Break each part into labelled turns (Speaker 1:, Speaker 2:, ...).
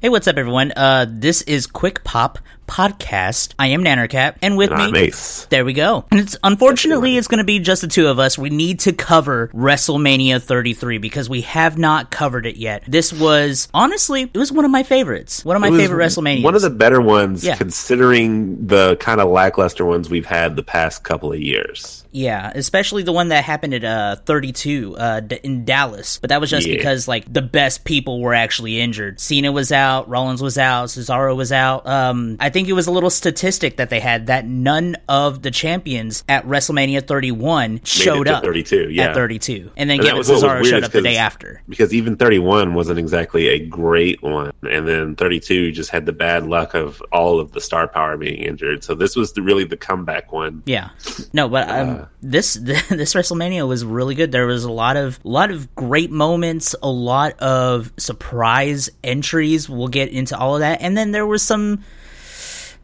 Speaker 1: Hey, what's up, everyone? Uh, this is Quick Pop Podcast. I am Nannercat, and with
Speaker 2: And
Speaker 1: me,
Speaker 2: I'm Ace.
Speaker 1: there we go. And it's unfortunately, it's going to be just the two of us. We need to cover WrestleMania 33 because we have not covered it yet. This was honestly, it was one of my favorites. One of my
Speaker 2: It was
Speaker 1: favorite WrestleManias.
Speaker 2: One of the better ones,
Speaker 1: Yeah.
Speaker 2: considering the kind of lackluster ones we've had the past couple of years.
Speaker 1: Yeah, especially the one that happened at uh 32 uh d- in Dallas. But that was just
Speaker 2: Yeah.
Speaker 1: because like the best people were actually injured. Cena was out, Rollins was out, Cesaro was out. Um I think it was a little statistic that they had that none of the champions at WrestleMania 31
Speaker 2: Made
Speaker 1: showed
Speaker 2: it to
Speaker 1: up
Speaker 2: 32, yeah.
Speaker 1: at 32. And then
Speaker 2: And
Speaker 1: yeah,
Speaker 2: that was what was
Speaker 1: Cesaro
Speaker 2: weird
Speaker 1: showed
Speaker 2: is
Speaker 1: up the day
Speaker 2: 'cause-
Speaker 1: after.
Speaker 2: Because even 31 wasn't exactly a great one. And then 32 just had the bad luck of all of the star power being injured. So this was the, really the comeback one.
Speaker 1: Yeah. No, but um,
Speaker 2: Uh.
Speaker 1: this this WrestleMania was really good. There was a lot of lot of great moments, a lot of surprise entries. We'll get into all of that, and then there was some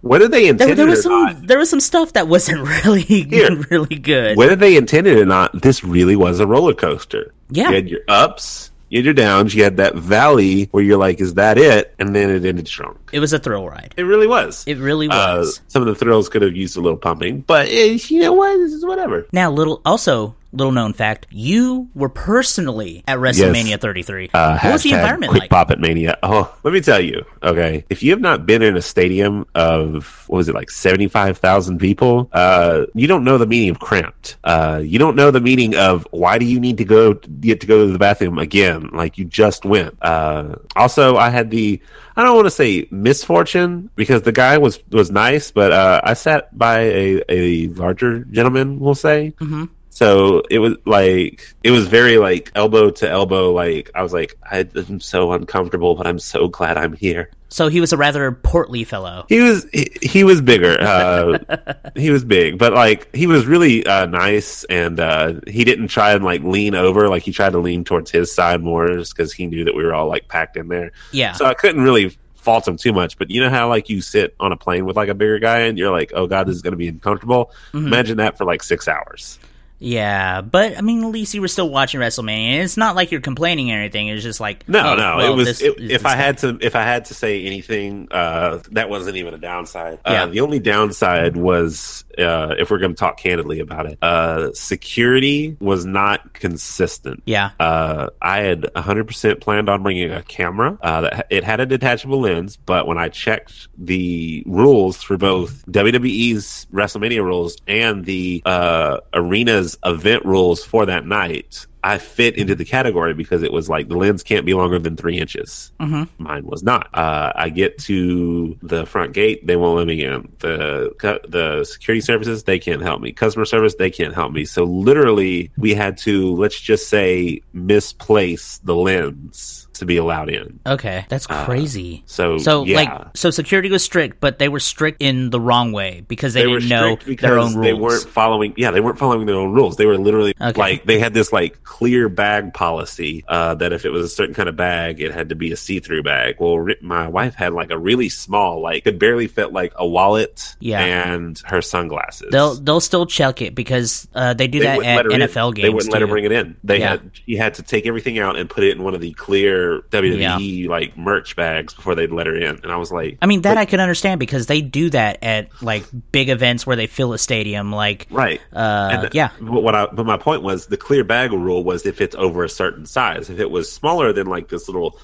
Speaker 2: Whether they
Speaker 1: there,
Speaker 2: intended
Speaker 1: there was
Speaker 2: it or
Speaker 1: some
Speaker 2: not,
Speaker 1: there was some stuff that wasn't really really good.
Speaker 2: whether they intended it or not, this really was a roller coaster.
Speaker 1: Yeah.
Speaker 2: You had your ups, you had your downs, you had that valley where you're like, is that it? And then it ended strong.
Speaker 1: It was a thrill ride.
Speaker 2: It really was.
Speaker 1: It really
Speaker 2: Uh,
Speaker 1: was.
Speaker 2: some of the thrills could have used a little pumping, but eh, you know what? This is whatever.
Speaker 1: now, little also little known fact: you were personally at WrestleMania 33.
Speaker 2: Uh,
Speaker 1: what was the
Speaker 2: hashtag
Speaker 1: environment
Speaker 2: quick
Speaker 1: like?
Speaker 2: pop at mania. Oh, let me tell you. Okay, if you have not been in a stadium of what was it like seventy five thousand people, uh, you don't know the meaning of cramped. Uh, you don't know the meaning of why do you need to go get to go to the bathroom again? Like you just went. Uh, also, I had the I don't want to say misfortune because the guy was was nice, but uh, I sat by a a larger gentleman, we'll say,
Speaker 1: Mhm.
Speaker 2: so it was like it was very like elbow to elbow. Like I was like I, am so uncomfortable, but I'm so glad I'm here.
Speaker 1: So he was a rather portly fellow.
Speaker 2: He was he, he was bigger. Uh, he was big, but like he was really uh, nice, and uh, he didn't try and like lean over. Like he tried to lean towards his side more, just because he knew that we were all like packed in there.
Speaker 1: Yeah.
Speaker 2: So I couldn't really fault him too much. But you know how like you sit on a plane with like a bigger guy, and you're like, oh god, this is going to be uncomfortable. Imagine that for like six hours.
Speaker 1: Yeah, but I mean, at least you were still watching WrestleMania. and It's not like you're complaining or anything. It was just like
Speaker 2: No,
Speaker 1: oh,
Speaker 2: no.
Speaker 1: well,
Speaker 2: it was
Speaker 1: this
Speaker 2: it-
Speaker 1: is
Speaker 2: if I
Speaker 1: insane.
Speaker 2: had to if I had to say anything, uh, that wasn't even a downside.
Speaker 1: Yeah.
Speaker 2: Uh, the only downside was uh, if we're going to talk candidly about it, uh, security was not consistent.
Speaker 1: yeah,
Speaker 2: Uh, I had 100% planned on bringing a camera. Uh, that, it had a detachable lens, but when I checked the rules for both WWE's WrestleMania rules and the uh, arena's event rules for that night, I fit into the category because it was like the lens can't be longer than three inches.
Speaker 1: Mhm.
Speaker 2: Mine was not. Uh, I get to the front gate, they won't let me in. The cu- the security services, they can't help me. Customer service, they can't help me. So literally, we had to let's just say misplace the lens to be allowed in.
Speaker 1: okay, that's crazy.
Speaker 2: Uh, So
Speaker 1: so
Speaker 2: yeah.
Speaker 1: like, so security was strict, but they were strict in the wrong way because they, didn't know
Speaker 2: strict
Speaker 1: their own rules.
Speaker 2: They weren't following. Yeah, they weren't following their own rules. They were literally
Speaker 1: Okay.
Speaker 2: like they had this like clear bag policy uh, that if it was a certain kind of bag, it had to be a see-through bag. Well, ri- my wife had like a really small, like could barely fit like a wallet
Speaker 1: Yeah.
Speaker 2: and her sunglasses.
Speaker 1: They'll they'll still check it because uh, they do
Speaker 2: They
Speaker 1: that
Speaker 2: wouldn't
Speaker 1: at
Speaker 2: let her in.
Speaker 1: NFL games.
Speaker 2: They wouldn't let her
Speaker 1: too.
Speaker 2: bring it in. They
Speaker 1: Yeah.
Speaker 2: had she had to take everything out and put it in one of the clear WWE like merch bags before they'd let her in. And I was like,
Speaker 1: I mean that I can understand because they do that at like big events where they fill a stadium. Like
Speaker 2: right.
Speaker 1: uh,
Speaker 2: And the-
Speaker 1: yeah,
Speaker 2: But what I but my point was the clear bag rule was if it's over a certain size. If it was smaller than like this little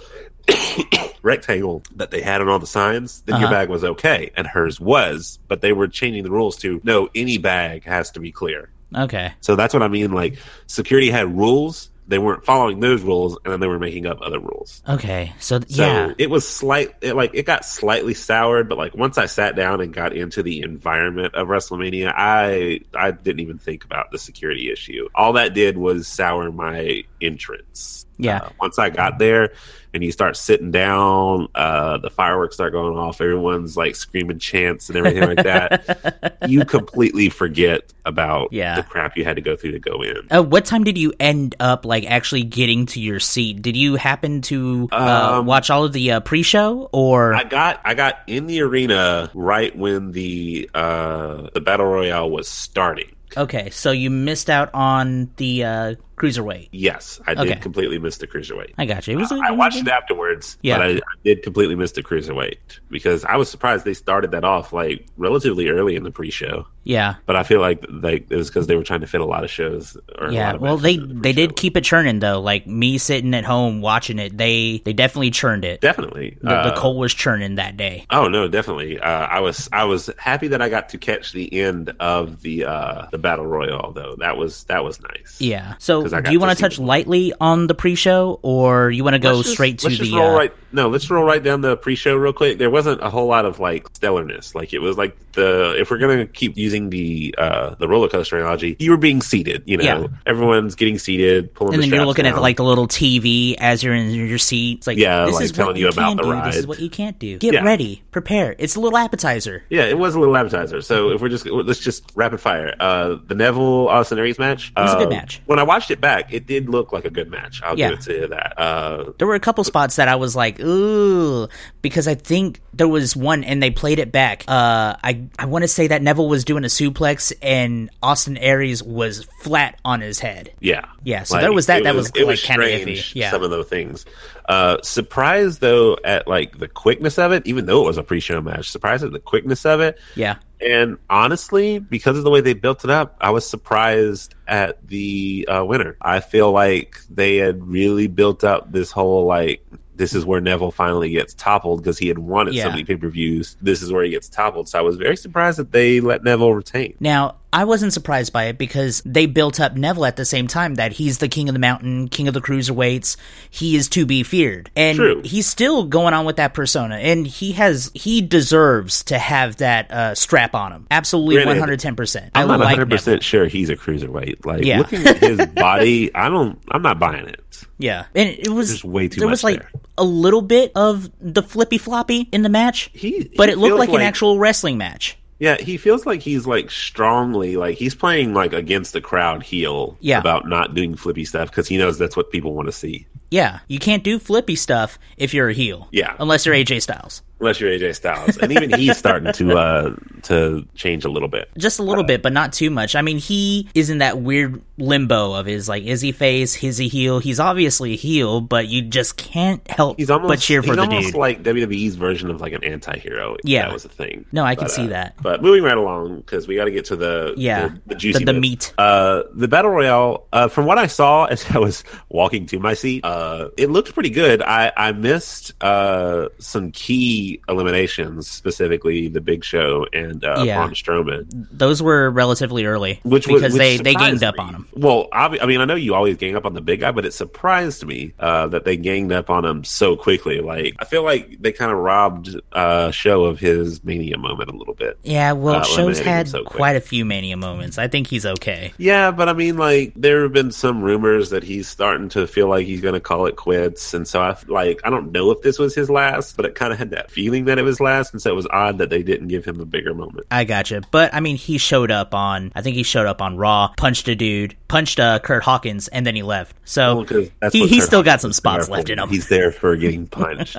Speaker 2: rectangle that they had on all the signs, then your
Speaker 1: Uh-huh.
Speaker 2: bag was okay, and hers was. But they were changing the rules to no, any bag has to be clear.
Speaker 1: okay,
Speaker 2: So that's what I mean. Like security had rules. They weren't following those rules, and then they were making up other rules.
Speaker 1: okay. So, th-
Speaker 2: So
Speaker 1: yeah,
Speaker 2: it was slight, it, like it got slightly soured, but like once I sat down and got into the environment of WrestleMania, I I didn't even think about the security issue. All that did was sour my entrance.
Speaker 1: Yeah.
Speaker 2: Uh, once I got there, and you start sitting down, uh, the fireworks start going off. Everyone's like screaming chants and everything like that. You completely forget about
Speaker 1: Yeah.
Speaker 2: the crap you had to go through to go in.
Speaker 1: Uh, what time did you end up like actually getting to your seat? Did you happen to uh,
Speaker 2: Um,
Speaker 1: watch all of the uh, pre-show or?
Speaker 2: I got I got in the arena right when the uh the battle royale was starting.
Speaker 1: okay, so you missed out on the uh, cruiserweight.
Speaker 2: Yes, I
Speaker 1: Okay.
Speaker 2: did completely miss the cruiserweight.
Speaker 1: I got you. It was. a-
Speaker 2: I watched it afterwards,
Speaker 1: Yeah.
Speaker 2: but I, I did completely miss the cruiserweight because I was surprised they started that off like relatively early in the pre-show.
Speaker 1: Yeah,
Speaker 2: But I feel like like it was because they were trying to fit a lot of shows. Or a lot
Speaker 1: yeah.
Speaker 2: of
Speaker 1: Well, they
Speaker 2: matches in the
Speaker 1: they did
Speaker 2: pre-show.
Speaker 1: keep it churning though. Like me sitting at home watching it, they they definitely churned it.
Speaker 2: definitely
Speaker 1: The, the
Speaker 2: Uh,
Speaker 1: coal was churning that day.
Speaker 2: Oh no, definitely. Uh, I was I was happy that I got to catch the end of the uh, the battle royal, though. That was that was nice.
Speaker 1: Yeah. So
Speaker 2: 'Cause I
Speaker 1: do
Speaker 2: got
Speaker 1: you
Speaker 2: to
Speaker 1: want to
Speaker 2: see
Speaker 1: touch
Speaker 2: the-
Speaker 1: lightly on the pre-show, or you want to go
Speaker 2: Let's just-
Speaker 1: straight to
Speaker 2: let's
Speaker 1: the?
Speaker 2: just roll
Speaker 1: uh,
Speaker 2: right. No, let's roll right down the pre-show real quick. There wasn't a whole lot of like stellarness. Like it was like the if we're gonna keep using the uh, the roller coaster analogy, you were being seated. You know,
Speaker 1: Yeah.
Speaker 2: everyone's getting seated, pulling.
Speaker 1: and
Speaker 2: the
Speaker 1: then you're
Speaker 2: straps
Speaker 1: looking at
Speaker 2: down.
Speaker 1: like the little TV as you're in your seat. It's like,
Speaker 2: Yeah,
Speaker 1: this
Speaker 2: like
Speaker 1: is
Speaker 2: telling
Speaker 1: what
Speaker 2: you about
Speaker 1: can
Speaker 2: the
Speaker 1: do. This
Speaker 2: ride.
Speaker 1: is what you can't do. Get
Speaker 2: Yeah.
Speaker 1: ready, prepare. It's a little appetizer.
Speaker 2: Yeah, it was a little appetizer. So if we're just let's just rapid fire. Uh, the Neville Austin Aries match
Speaker 1: was a good
Speaker 2: uh,
Speaker 1: match.
Speaker 2: When I watched it back, it did look like a good match. I'll
Speaker 1: Yeah.
Speaker 2: give it to you that. Uh,
Speaker 1: There were a couple spots that I was like, ooh, because I think there was one, and they played it back. Uh, I I want to say that Neville was doing a suplex, and Austin Aries was flat on his head.
Speaker 2: yeah,
Speaker 1: Yeah, so there was that-
Speaker 2: it
Speaker 1: that was,
Speaker 2: it
Speaker 1: like, kinda iffy. Yeah.
Speaker 2: Some of those things. Uh, surprised though at like the quickness of it, even though it was a pre-show match. Surprised at the quickness of it,
Speaker 1: Yeah,
Speaker 2: and honestly, because of the way they built it up, I was surprised at the uh, winner. I feel like they had really built up this whole like this is where Neville finally gets toppled because he had wanted
Speaker 1: Yeah.
Speaker 2: so many pay per views. This is where he gets toppled. So I was very surprised that they let Neville retain.
Speaker 1: Now, I wasn't surprised by it because they built up Neville at the same time that he's the king of the mountain, king of the cruiserweights. He is to be feared. And
Speaker 2: True.
Speaker 1: he's still going on with that persona and he has he deserves to have that uh, strap on him. Absolutely
Speaker 2: Granted,
Speaker 1: 110%.
Speaker 2: I'm
Speaker 1: I
Speaker 2: not
Speaker 1: like
Speaker 2: 100
Speaker 1: Neville.
Speaker 2: percent sure he's a cruiserweight. Like
Speaker 1: Yeah.
Speaker 2: looking at his body, I don't. I'm not buying it.
Speaker 1: Yeah. And it was
Speaker 2: There's way too
Speaker 1: there
Speaker 2: much
Speaker 1: was like
Speaker 2: there.
Speaker 1: a little bit of the flippy floppy in the match.
Speaker 2: He-
Speaker 1: but
Speaker 2: he
Speaker 1: it looked
Speaker 2: feels
Speaker 1: like, an
Speaker 2: like-
Speaker 1: actual wrestling match.
Speaker 2: Yeah, he feels like he's like strongly like he's playing like against the crowd heel
Speaker 1: Yeah.
Speaker 2: about not doing flippy stuff because he knows that's what people want to see.
Speaker 1: Yeah. You can't do flippy stuff if you're a heel.
Speaker 2: Yeah.
Speaker 1: Unless you're AJ Styles.
Speaker 2: Unless you're AJ Styles, and even he's starting to uh to change a little bit.
Speaker 1: just a little bit, but not too much. I mean, he is in that weird limbo of his like is he face, is he heel? He's obviously heel, but you just can't help
Speaker 2: He's almost
Speaker 1: but cheer for
Speaker 2: he's
Speaker 1: the
Speaker 2: almost
Speaker 1: dude.
Speaker 2: like WWE's version of like an anti-hero. if
Speaker 1: Yeah.
Speaker 2: that was a thing.
Speaker 1: no, I can
Speaker 2: But,
Speaker 1: see
Speaker 2: uh,
Speaker 1: that.
Speaker 2: But moving right along because we got to get to the
Speaker 1: Yeah,
Speaker 2: the, the juicy
Speaker 1: the, the
Speaker 2: bits.
Speaker 1: meat.
Speaker 2: Uh, the battle royale. Uh, from what I saw as I was walking to my seat, uh, it looked pretty good. I I missed uh some key eliminations, specifically the Big Show and uh,
Speaker 1: Yeah.
Speaker 2: Braun Strowman,
Speaker 1: Those were relatively early,
Speaker 2: which was-
Speaker 1: because
Speaker 2: which
Speaker 1: they they
Speaker 2: surprised
Speaker 1: ganged up
Speaker 2: me.
Speaker 1: on him.
Speaker 2: Well, obvi- I mean, I know you always gang up on the big guy, but it surprised me uh, that they ganged up on him so quickly. Like I feel like they kind of robbed uh Show of his mania moment a little bit.
Speaker 1: Yeah, well,
Speaker 2: Uh,
Speaker 1: shows
Speaker 2: eliminating him
Speaker 1: had
Speaker 2: so quick.
Speaker 1: quite a few mania moments. I think he's okay.
Speaker 2: Yeah, but I mean, like, there have been some rumors that he's starting to feel like he's going to call it quits, and so I like I don't know if this was his last, but it kind of had that feeling that it was last, and so it was odd that they didn't give him a bigger moment.
Speaker 1: I gotcha. But I mean, he showed up on. I think he showed up on Raw, punched a dude, punched uh, Kurt Hawkins, and then he left. So
Speaker 2: Well, 'cause that's
Speaker 1: he
Speaker 2: what
Speaker 1: he
Speaker 2: Kurt
Speaker 1: still got
Speaker 2: Hawkins
Speaker 1: some
Speaker 2: is
Speaker 1: spots
Speaker 2: there
Speaker 1: left
Speaker 2: for.
Speaker 1: in him.
Speaker 2: He's there for getting punched.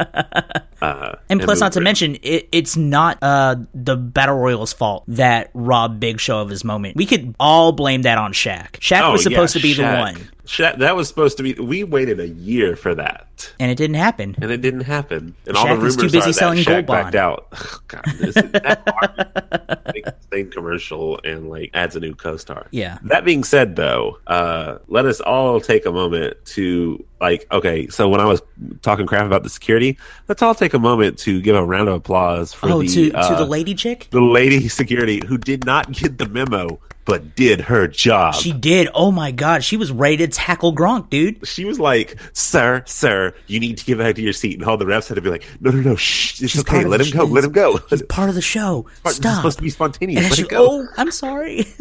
Speaker 2: uh,
Speaker 1: And plus, not to
Speaker 2: moving-
Speaker 1: mention, it, it's not uh, the Battle Royal's fault that robbed Big Show of his moment. We could all blame that on Shaq. Shaq
Speaker 2: Oh,
Speaker 1: was
Speaker 2: yeah,
Speaker 1: supposed to be
Speaker 2: Shaq.
Speaker 1: the one,
Speaker 2: Shaq, that was supposed to be. We waited a year for that.
Speaker 1: and it didn't happen.
Speaker 2: And it didn't happen. And all
Speaker 1: Shaq
Speaker 2: the
Speaker 1: was
Speaker 2: rumors
Speaker 1: too
Speaker 2: are
Speaker 1: busy
Speaker 2: that
Speaker 1: selling
Speaker 2: Shaq
Speaker 1: Gold Bond.
Speaker 2: backed out. Oh, God, this is that hard. Make the same commercial and like adds a new co-star.
Speaker 1: Yeah.
Speaker 2: That being said, though, uh, let us all take a moment to like. Okay, so when I was talking crap about the security, let's all take a moment to give a round of applause for
Speaker 1: Oh,
Speaker 2: the
Speaker 1: to to
Speaker 2: uh,
Speaker 1: the lady chick,
Speaker 2: the lady security who did not get the memo but did her job.
Speaker 1: she did. Oh my god, she was ready to tackle Gronk, dude.
Speaker 2: she was like, "Sir, sir, you need to get back to your seat." And all the refs had to be like, "No, no, no, shh, it's
Speaker 1: She's part
Speaker 2: okay.
Speaker 1: of
Speaker 2: Let
Speaker 1: the
Speaker 2: him go.
Speaker 1: sh-
Speaker 2: Let him go.
Speaker 1: It's part of the show.
Speaker 2: This is
Speaker 1: Stop.
Speaker 2: supposed to be spontaneous.
Speaker 1: And
Speaker 2: Let
Speaker 1: she,
Speaker 2: it go."
Speaker 1: oh, I'm sorry.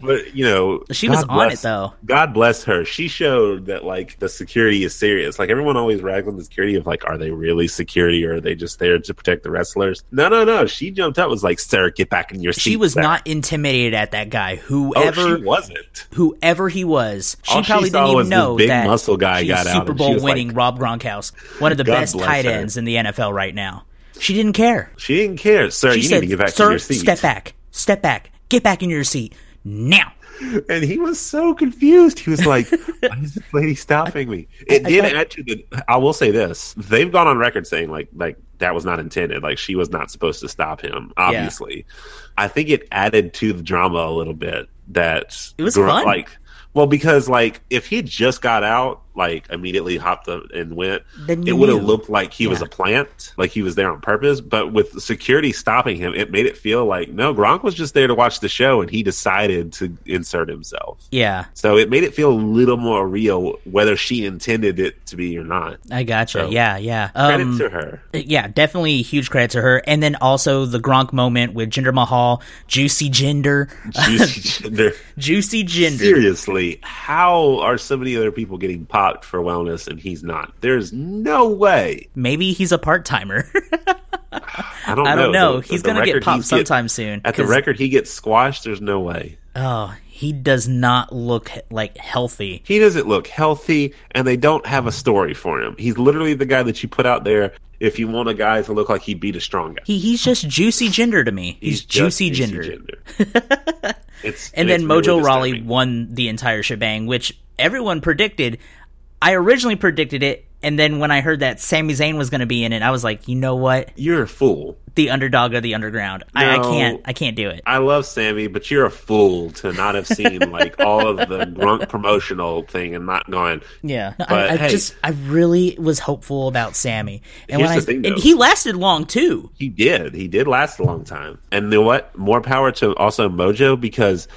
Speaker 2: But you know,
Speaker 1: She was on it,
Speaker 2: bless-
Speaker 1: though.
Speaker 2: God bless her. She showed that like the security is serious. Like everyone always rags on the security of like, are they really security or are they just there to protect the wrestlers? No, no, no. She jumped up, and was like, "Sir, get back in your seat."
Speaker 1: she was
Speaker 2: sir."
Speaker 1: not intimidated at that guy.
Speaker 2: Oh,
Speaker 1: Whoever
Speaker 2: she wasn't.
Speaker 1: whoever he was, she
Speaker 2: All she
Speaker 1: probably
Speaker 2: saw
Speaker 1: didn't even
Speaker 2: was this
Speaker 1: know
Speaker 2: big
Speaker 1: that
Speaker 2: muscle guy
Speaker 1: she's
Speaker 2: got out,
Speaker 1: Super
Speaker 2: and she
Speaker 1: Bowl
Speaker 2: was
Speaker 1: winning
Speaker 2: like-
Speaker 1: Rob Gronkowski, one of the
Speaker 2: God
Speaker 1: best
Speaker 2: bless
Speaker 1: tight
Speaker 2: her.
Speaker 1: ends in the NFL right now. She didn't care.
Speaker 2: She didn't care, sir.
Speaker 1: She
Speaker 2: you
Speaker 1: said,
Speaker 2: need to get back
Speaker 1: "Sir,
Speaker 2: to your seat."
Speaker 1: step back, step back, get back in your seat now."
Speaker 2: and he was so confused. He was like, "Why is this lady stopping me?" It
Speaker 1: I
Speaker 2: did
Speaker 1: don't-
Speaker 2: add to the. I will say this: they've gone on record saying like like that was not intended. Like she was not supposed to stop him. Obviously, I think it added to the drama a little bit. That
Speaker 1: It was
Speaker 2: gr-
Speaker 1: fun.
Speaker 2: Like, well, because like if he had just got out, like immediately hopped up and went,
Speaker 1: Then
Speaker 2: it
Speaker 1: you
Speaker 2: would have
Speaker 1: knew.
Speaker 2: looked like he was
Speaker 1: Yeah.
Speaker 2: a plant, like he was there on purpose. But with security stopping him, it made it feel like no, Gronk was just there to watch the show, and he decided to insert himself.
Speaker 1: Yeah,
Speaker 2: So it made it feel a little more real, whether she intended it to be or not.
Speaker 1: I gotcha.
Speaker 2: So-
Speaker 1: yeah, yeah.
Speaker 2: Credit
Speaker 1: Um,
Speaker 2: to her.
Speaker 1: yeah, definitely huge credit to her. And then also the Gronk moment with Jinder Mahal, Juicy Jinder,
Speaker 2: Juicy Jinder.
Speaker 1: Juicy Jinder.
Speaker 2: Seriously, how are so many other people getting popped for wellness and he's not? There's no way.
Speaker 1: Maybe he's a part timer.
Speaker 2: I don't.
Speaker 1: I don't
Speaker 2: know.
Speaker 1: know.
Speaker 2: The-
Speaker 1: he's
Speaker 2: the
Speaker 1: gonna
Speaker 2: record
Speaker 1: get popped
Speaker 2: he's getting-
Speaker 1: sometime soon.
Speaker 2: At the
Speaker 1: 'cause-
Speaker 2: record, he gets squashed. There's no way.
Speaker 1: oh, he does not look like healthy.
Speaker 2: he doesn't look healthy and they don't have a story for him. He's literally the guy that you put out there if you want a guy to look like he beat a strong guy.
Speaker 1: He he's just Juicy Jinder to me. He's,
Speaker 2: just
Speaker 1: Juicy
Speaker 2: juicy
Speaker 1: Jinder.
Speaker 2: Jinder. it's,
Speaker 1: And
Speaker 2: it's
Speaker 1: then
Speaker 2: really
Speaker 1: Mojo Raleigh
Speaker 2: disturbing.
Speaker 1: won the entire shebang, which everyone predicted. I originally predicted it, and then when I heard that Sami Zayn was going to be in it, I was like, you know what?
Speaker 2: You're a fool.
Speaker 1: The underdog of the underground. I, I
Speaker 2: No.
Speaker 1: can't. I can't do it.
Speaker 2: I love Sammy, but you're a fool to not have seen like all of the grunt promotional thing and not going.
Speaker 1: Yeah,
Speaker 2: But,
Speaker 1: I, I
Speaker 2: hey.
Speaker 1: just I really was hopeful about Sammy, and
Speaker 2: Here's
Speaker 1: when
Speaker 2: the
Speaker 1: I
Speaker 2: thing,
Speaker 1: and
Speaker 2: though.
Speaker 1: he lasted long too.
Speaker 2: He did. He did last a long time. And you know what? More power to also Mojo because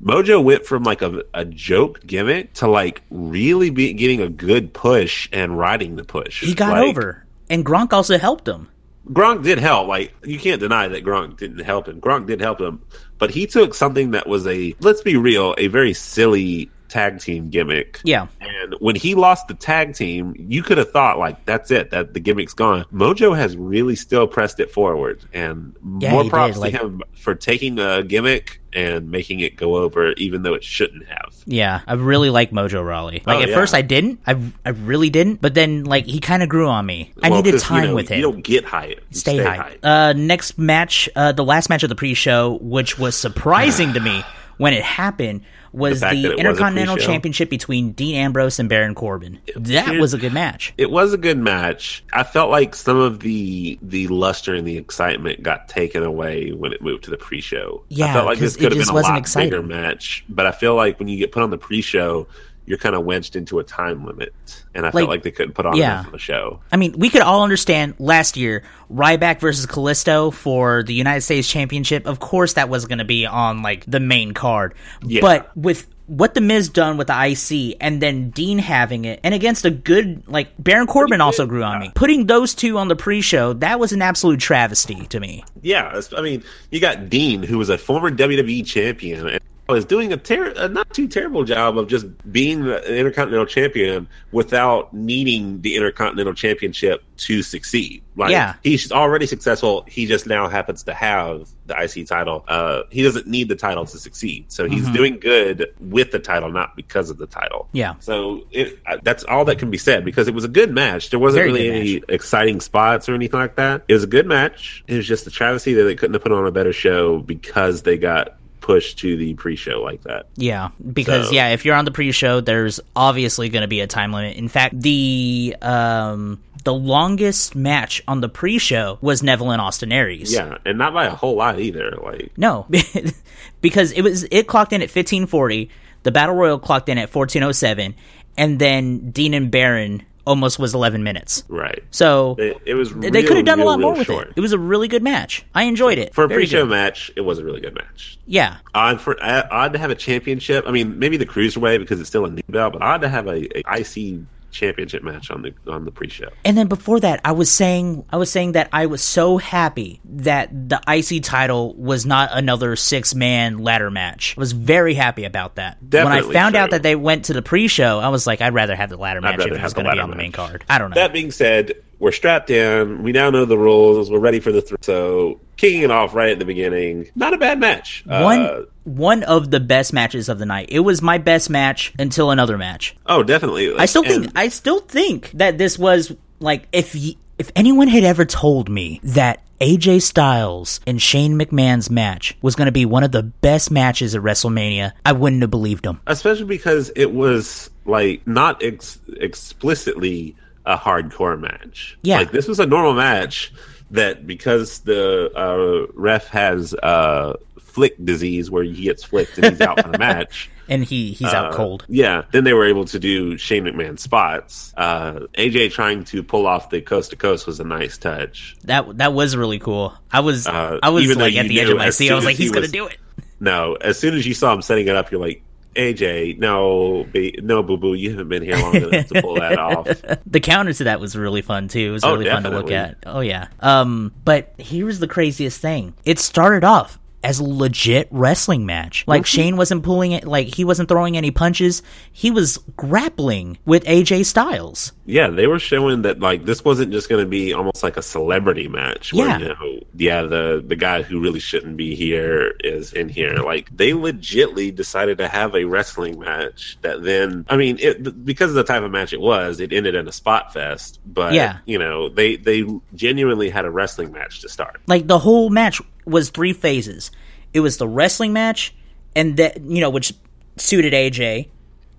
Speaker 2: Mojo went from like a, a joke gimmick to like really be getting a good push and riding the push.
Speaker 1: He got
Speaker 2: Like,
Speaker 1: over, and Gronk also helped him.
Speaker 2: Gronk did help. Like you can't deny that Gronk didn't help him. Gronk did help him, but he took something that was a let's be real, a very silly tag team gimmick.
Speaker 1: Yeah,
Speaker 2: And when he lost the tag team, you could have thought like that's it, that the gimmick's gone. Mojo has really still pressed it forward, and
Speaker 1: Yeah,
Speaker 2: more
Speaker 1: he
Speaker 2: props
Speaker 1: did, like-
Speaker 2: to him for taking a gimmick and making it go over, even though it shouldn't have.
Speaker 1: yeah. I really like Mojo Raleigh. Like
Speaker 2: Oh,
Speaker 1: at
Speaker 2: yeah.
Speaker 1: first I didn't. I I really didn't. But then like he kind of grew on me. I
Speaker 2: Well,
Speaker 1: needed
Speaker 2: 'cause, you
Speaker 1: time
Speaker 2: know,
Speaker 1: with him.
Speaker 2: You don't get Hyatt. You
Speaker 1: Stay, high. Uh, next match, uh, the last match of the pre-show, which was surprising to me when it happened, was
Speaker 2: The fact that it
Speaker 1: the
Speaker 2: was a
Speaker 1: Intercontinental
Speaker 2: pre-show.
Speaker 1: Championship between Dean Ambrose and Baron Corbin. That
Speaker 2: Here's-
Speaker 1: was a good match.
Speaker 2: It was a good match. I felt like some of the the luster and the excitement got taken away when it moved to the pre-show. I
Speaker 1: Yeah,
Speaker 2: felt like
Speaker 1: 'cause
Speaker 2: this
Speaker 1: it
Speaker 2: could have
Speaker 1: just
Speaker 2: been a
Speaker 1: wasn't
Speaker 2: lot bigger
Speaker 1: exciting.
Speaker 2: match, but I feel like when you get put on the pre-show, you're kind of wedged into a time limit, and I
Speaker 1: Like-
Speaker 2: felt like they couldn't put on
Speaker 1: yeah.
Speaker 2: enough of a show.
Speaker 1: I mean, we could all understand last year Ryback versus Callisto for the United States Championship. Of course, that was going to be on like the main card.
Speaker 2: Yeah.
Speaker 1: But with what the Miz done with the IC, and then Dean having it, and against a good like Baron Corbin also grew on me. Putting those two on the pre-show that was an absolute travesty to me.
Speaker 2: Yeah, it's- I mean, you got Dean, who was a former WWE champion, and was doing a, ter- a not too terrible job of just being the Intercontinental Champion without needing the Intercontinental Championship to succeed. Like,
Speaker 1: Yeah.
Speaker 2: he's already successful. He just now happens to have the IC title. Uh, he doesn't need the title to succeed, so he's doing good with the title, not because of the title.
Speaker 1: Mm-hmm. Yeah.
Speaker 2: So it, uh, that's all that can be said because it was a good match. There wasn't
Speaker 1: Very
Speaker 2: really
Speaker 1: good
Speaker 2: any exciting spots or anything like that. It was a good match. It was just a travesty that they couldn't have put on a better show because they got pushed to the pre-show like that.
Speaker 1: Yeah, because
Speaker 2: So-
Speaker 1: yeah, if you're on the pre-show, there's obviously going to be a time limit. In fact, the um the longest match on the pre-show was Neville and Austin Aries.
Speaker 2: Yeah, and not by a whole lot either. Like
Speaker 1: No, because it was it clocked in at fifteen forty. The battle royal clocked in at fourteen oh seven, and then Dean and Baron almost was eleven minutes.
Speaker 2: right.
Speaker 1: So
Speaker 2: It, it was
Speaker 1: they
Speaker 2: real,
Speaker 1: could have done
Speaker 2: real,
Speaker 1: a lot more
Speaker 2: real
Speaker 1: with
Speaker 2: short.
Speaker 1: it. It was a really good match. I enjoyed it
Speaker 2: For a
Speaker 1: Very
Speaker 2: pre-show
Speaker 1: good.
Speaker 2: match, it was a really good match.
Speaker 1: Yeah,
Speaker 2: Odd for uh, odd to have a championship. I mean, maybe the cruiserweight because it's still a new belt, but odd to have a, a IC championship match on the on the pre-show.
Speaker 1: and then before that, I was saying I was saying that I was so happy that the icy title was not another six man ladder match. I was very happy about that. when I
Speaker 2: Definitely
Speaker 1: found out
Speaker 2: true.
Speaker 1: that they went to the pre-show, I was like, I'd rather have the ladder match if
Speaker 2: rather
Speaker 1: it
Speaker 2: have
Speaker 1: was
Speaker 2: the
Speaker 1: going to be
Speaker 2: ladder
Speaker 1: on the main
Speaker 2: match.
Speaker 1: card. I don't know.
Speaker 2: That being said, we're strapped in. We now know the rules. We're ready for the thr So kicking it off right at the beginning. Not a bad match.
Speaker 1: one
Speaker 2: Uh,
Speaker 1: one of the best matches of the night. It was my best match until another match.
Speaker 2: oh, definitely.
Speaker 1: I still think I still think that this was like if y- If anyone had ever told me that AJ Styles and Shane McMahon's match was going to be one of the best matches at WrestleMania, I wouldn't have believed him.
Speaker 2: especially because it was like not ex- explicitly a hardcore match.
Speaker 1: Yeah.
Speaker 2: like this was a normal match that because the uh, ref has uh, flick disease where he gets flicked and he's out for the match.
Speaker 1: And he he's out
Speaker 2: Uh,
Speaker 1: cold.
Speaker 2: Yeah. Then they were able to do Shane McMahon spots. Uh, AJ trying to pull off the coast to coast was a nice touch.
Speaker 1: That that was really cool. I was
Speaker 2: Uh,
Speaker 1: I was
Speaker 2: even though
Speaker 1: like at
Speaker 2: you
Speaker 1: the edge
Speaker 2: knew
Speaker 1: of my
Speaker 2: as
Speaker 1: seat. I
Speaker 2: soon
Speaker 1: was
Speaker 2: as
Speaker 1: like,
Speaker 2: he
Speaker 1: he's going
Speaker 2: was-
Speaker 1: to do it.
Speaker 2: No, as soon as you saw him setting it up, you're like, AJ, no, ba- no, boo boo, you haven't been here long enough to pull that off.
Speaker 1: the counter to that was really fun too. It was
Speaker 2: Oh,
Speaker 1: really fun to look at.
Speaker 2: definitely.
Speaker 1: Oh yeah. Um, but here's the craziest thing. It started off as a legit wrestling match. Like Shane wasn't pulling it. Like he wasn't throwing any punches. He was grappling with AJ Styles.
Speaker 2: Yeah, they were showing that like this wasn't just going to be almost like a celebrity match. Where,
Speaker 1: Yeah.
Speaker 2: you know, yeah, the the guy who really shouldn't be here is in here. Like they legitly decided to have a wrestling match that then, I mean, it, because of the type of match it was, it ended in a spot fest. But
Speaker 1: Yeah.
Speaker 2: you know, they they genuinely had a wrestling match to start.
Speaker 1: Like the whole match was three phases. It was the wrestling match, and that you know which suited AJ.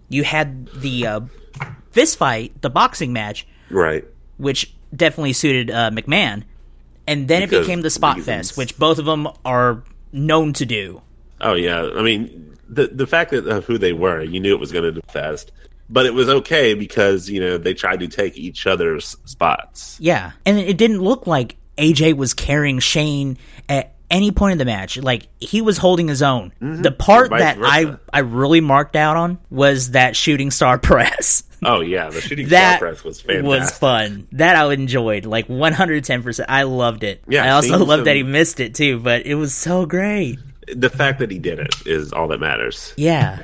Speaker 1: You had the uh, fist fight, the boxing match,
Speaker 2: Right.
Speaker 1: which definitely suited uh, McMahon. And then it
Speaker 2: Because
Speaker 1: became the Spot
Speaker 2: reasons.
Speaker 1: Fest, which both of them are known to do.
Speaker 2: Oh yeah, I mean the the fact that of who they were, you knew it was going to be fast, but it was okay because you know they tried to take each other's spots.
Speaker 1: Yeah. And it didn't look like AJ was carrying Shane at any point in the match. Like, he was holding his own. The part
Speaker 2: Mm-hmm. vice
Speaker 1: that I,
Speaker 2: versa.
Speaker 1: I really marked out on was that shooting star press.
Speaker 2: Oh yeah, the shooting
Speaker 1: that
Speaker 2: star press was
Speaker 1: was
Speaker 2: fantastic.
Speaker 1: fun. That I enjoyed, like 110%. I loved it.
Speaker 2: Yeah,
Speaker 1: I also
Speaker 2: seeing
Speaker 1: loved that he
Speaker 2: some-
Speaker 1: missed it too, but it was so great.
Speaker 2: the fact that he did it is all that matters.
Speaker 1: Yeah.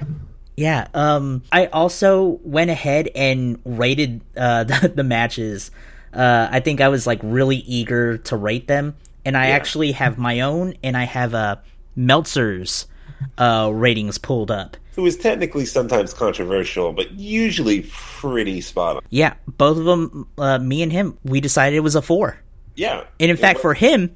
Speaker 1: Yeah. Um I also went ahead and rated uh the, the matches. Uh I think I was like really eager to rate them and I actually have my own and I have uh Meltzer's uh ratings pulled up.
Speaker 2: Who is technically sometimes controversial, but usually pretty spot on.
Speaker 1: Yeah, both of them uh, me and him we decided it was a 4.
Speaker 2: Yeah,
Speaker 1: And in fact for him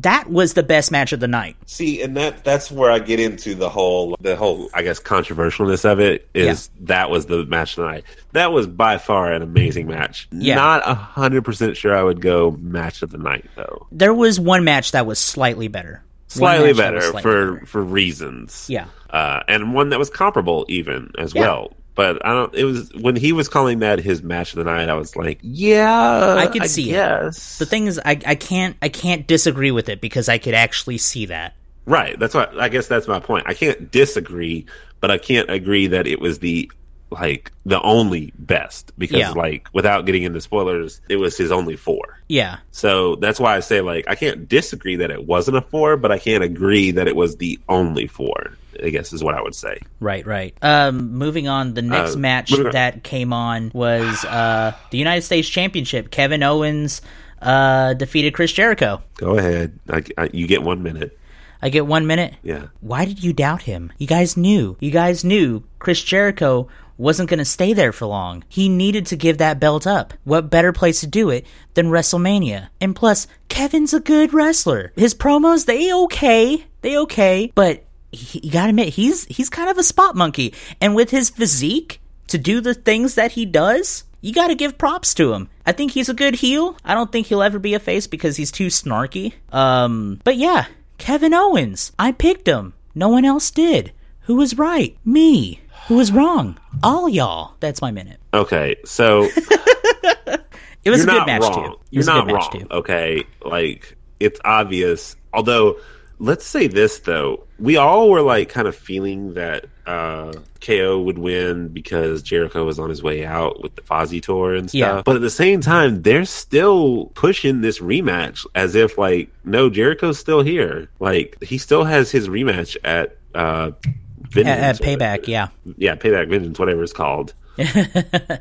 Speaker 1: that was the best match of the night.
Speaker 2: See, and that that's where I get into the whole the whole I guess controversialness of it is that was the match tonight. That was by far an amazing match.
Speaker 1: Yeah.
Speaker 2: Not a hundred percent sure I would go match of the night though.
Speaker 1: There was one match that was slightly better. One
Speaker 2: Slightly
Speaker 1: match that
Speaker 2: better
Speaker 1: was
Speaker 2: for for reasons.
Speaker 1: Yeah.
Speaker 2: Uh, and one that was comparable even as
Speaker 1: Yeah.
Speaker 2: well. But I don't it was when he was calling that his match of the night, I was like, Yeah
Speaker 1: I could see it.
Speaker 2: yes.
Speaker 1: The thing is, I, I can't I can't disagree with it because I could actually see that.
Speaker 2: Right. That's what I guess that's my point. I can't disagree, but I can't agree that it was the like the only best because
Speaker 1: Yeah.
Speaker 2: like without getting into spoilers, it was his only four.
Speaker 1: Yeah,
Speaker 2: So that's why I say like I can't disagree that it wasn't a four, but I can't agree that it was the only four. I guess is what I would say.
Speaker 1: right, right. Um, moving on, the next
Speaker 2: Uh,
Speaker 1: match
Speaker 2: moving on.
Speaker 1: that came on was uh the United States Championship. Kevin Owens uh defeated Chris Jericho.
Speaker 2: Go ahead. I, I- you get one minute.
Speaker 1: I get one minute.
Speaker 2: Yeah.
Speaker 1: Why did you doubt him? You guys knew. You guys knew Chris Jericho wasn't going to stay there for long. He needed to give that belt up. What better place to do it than WrestleMania? And plus, Kevin's a good wrestler. His promos, they okay. They okay, but he, you got to admit he's he's kind of a spot monkey. And with his physique to do the things that he does, you got to give props to him. I think he's a good heel. I don't think he'll ever be a face because he's too snarky. Um, but yeah, Kevin Owens. I picked him. No one else did. Who was right? Me. Who was wrong? All y'all. That's my minute.
Speaker 2: Okay. So
Speaker 1: It was
Speaker 2: You're
Speaker 1: a good
Speaker 2: not
Speaker 1: match
Speaker 2: wrong.
Speaker 1: too. It
Speaker 2: You're
Speaker 1: was
Speaker 2: not
Speaker 1: a good
Speaker 2: wrong.
Speaker 1: match too.
Speaker 2: Okay, like it's obvious. Although, let's say this though, we all were like kind of feeling that uh, KO would win because Jericho was on his way out with the Fozzy tour and stuff.
Speaker 1: Yeah.
Speaker 2: But at the same time, they're still pushing this rematch as if like, no, Jericho's still here. Like he still has his rematch at. Uh,
Speaker 1: At, at
Speaker 2: Vengeance or-
Speaker 1: payback, yeah.
Speaker 2: yeah, Payback Vengeance, whatever it's called,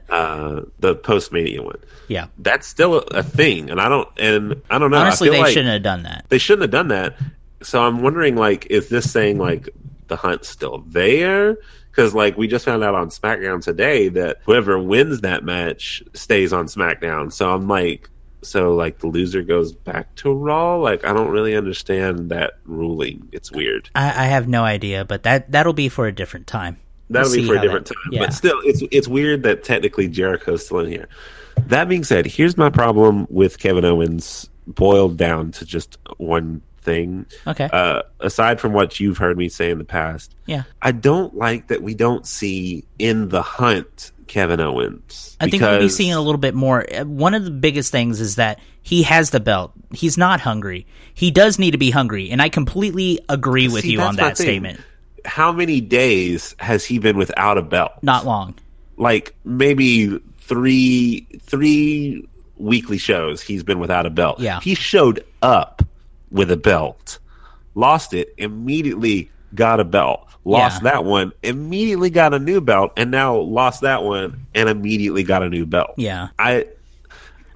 Speaker 2: uh, the post Mania one
Speaker 1: Yeah.
Speaker 2: that's still a, a thing and i don't and i don't know
Speaker 1: Honestly,
Speaker 2: I feel
Speaker 1: they
Speaker 2: like
Speaker 1: shouldn't have done that.
Speaker 2: they shouldn't have done that so i'm wondering like is this saying like the hunt's still there because like we just found out on smackdown today that whoever wins that match stays on smackdown so i'm like so like the loser goes back to Raw. Like I don't really understand that ruling. It's weird.
Speaker 1: I, I have no idea, but that that'll be for a different time.
Speaker 2: That'll
Speaker 1: We'll
Speaker 2: be
Speaker 1: see
Speaker 2: for a
Speaker 1: how
Speaker 2: different
Speaker 1: that-
Speaker 2: time.
Speaker 1: yeah.
Speaker 2: But still, it's it's weird that technically Jericho's still in here. That being said, here's my problem with Kevin Owens boiled down to just one thing.
Speaker 1: Okay.
Speaker 2: Uh, aside from what you've heard me say in the past,
Speaker 1: yeah.
Speaker 2: I don't like that we don't see in the hunt Kevin Owens.
Speaker 1: I think we'll be
Speaker 2: because-
Speaker 1: seeing a little bit more. Uh, One of the biggest things is that he has the belt. He's not hungry. He does need to be hungry, and I completely agree with
Speaker 2: See,
Speaker 1: you on
Speaker 2: that's my
Speaker 1: that
Speaker 2: thing.
Speaker 1: statement.
Speaker 2: How many days has he been without a belt?
Speaker 1: Not long.
Speaker 2: like maybe three three weekly shows he's been without a belt.
Speaker 1: Yeah.
Speaker 2: He showed up with a belt, lost it, immediately got a belt, lost
Speaker 1: Yeah.
Speaker 2: that one, immediately got a new belt, and now lost that one and immediately got a new belt.
Speaker 1: Yeah,
Speaker 2: I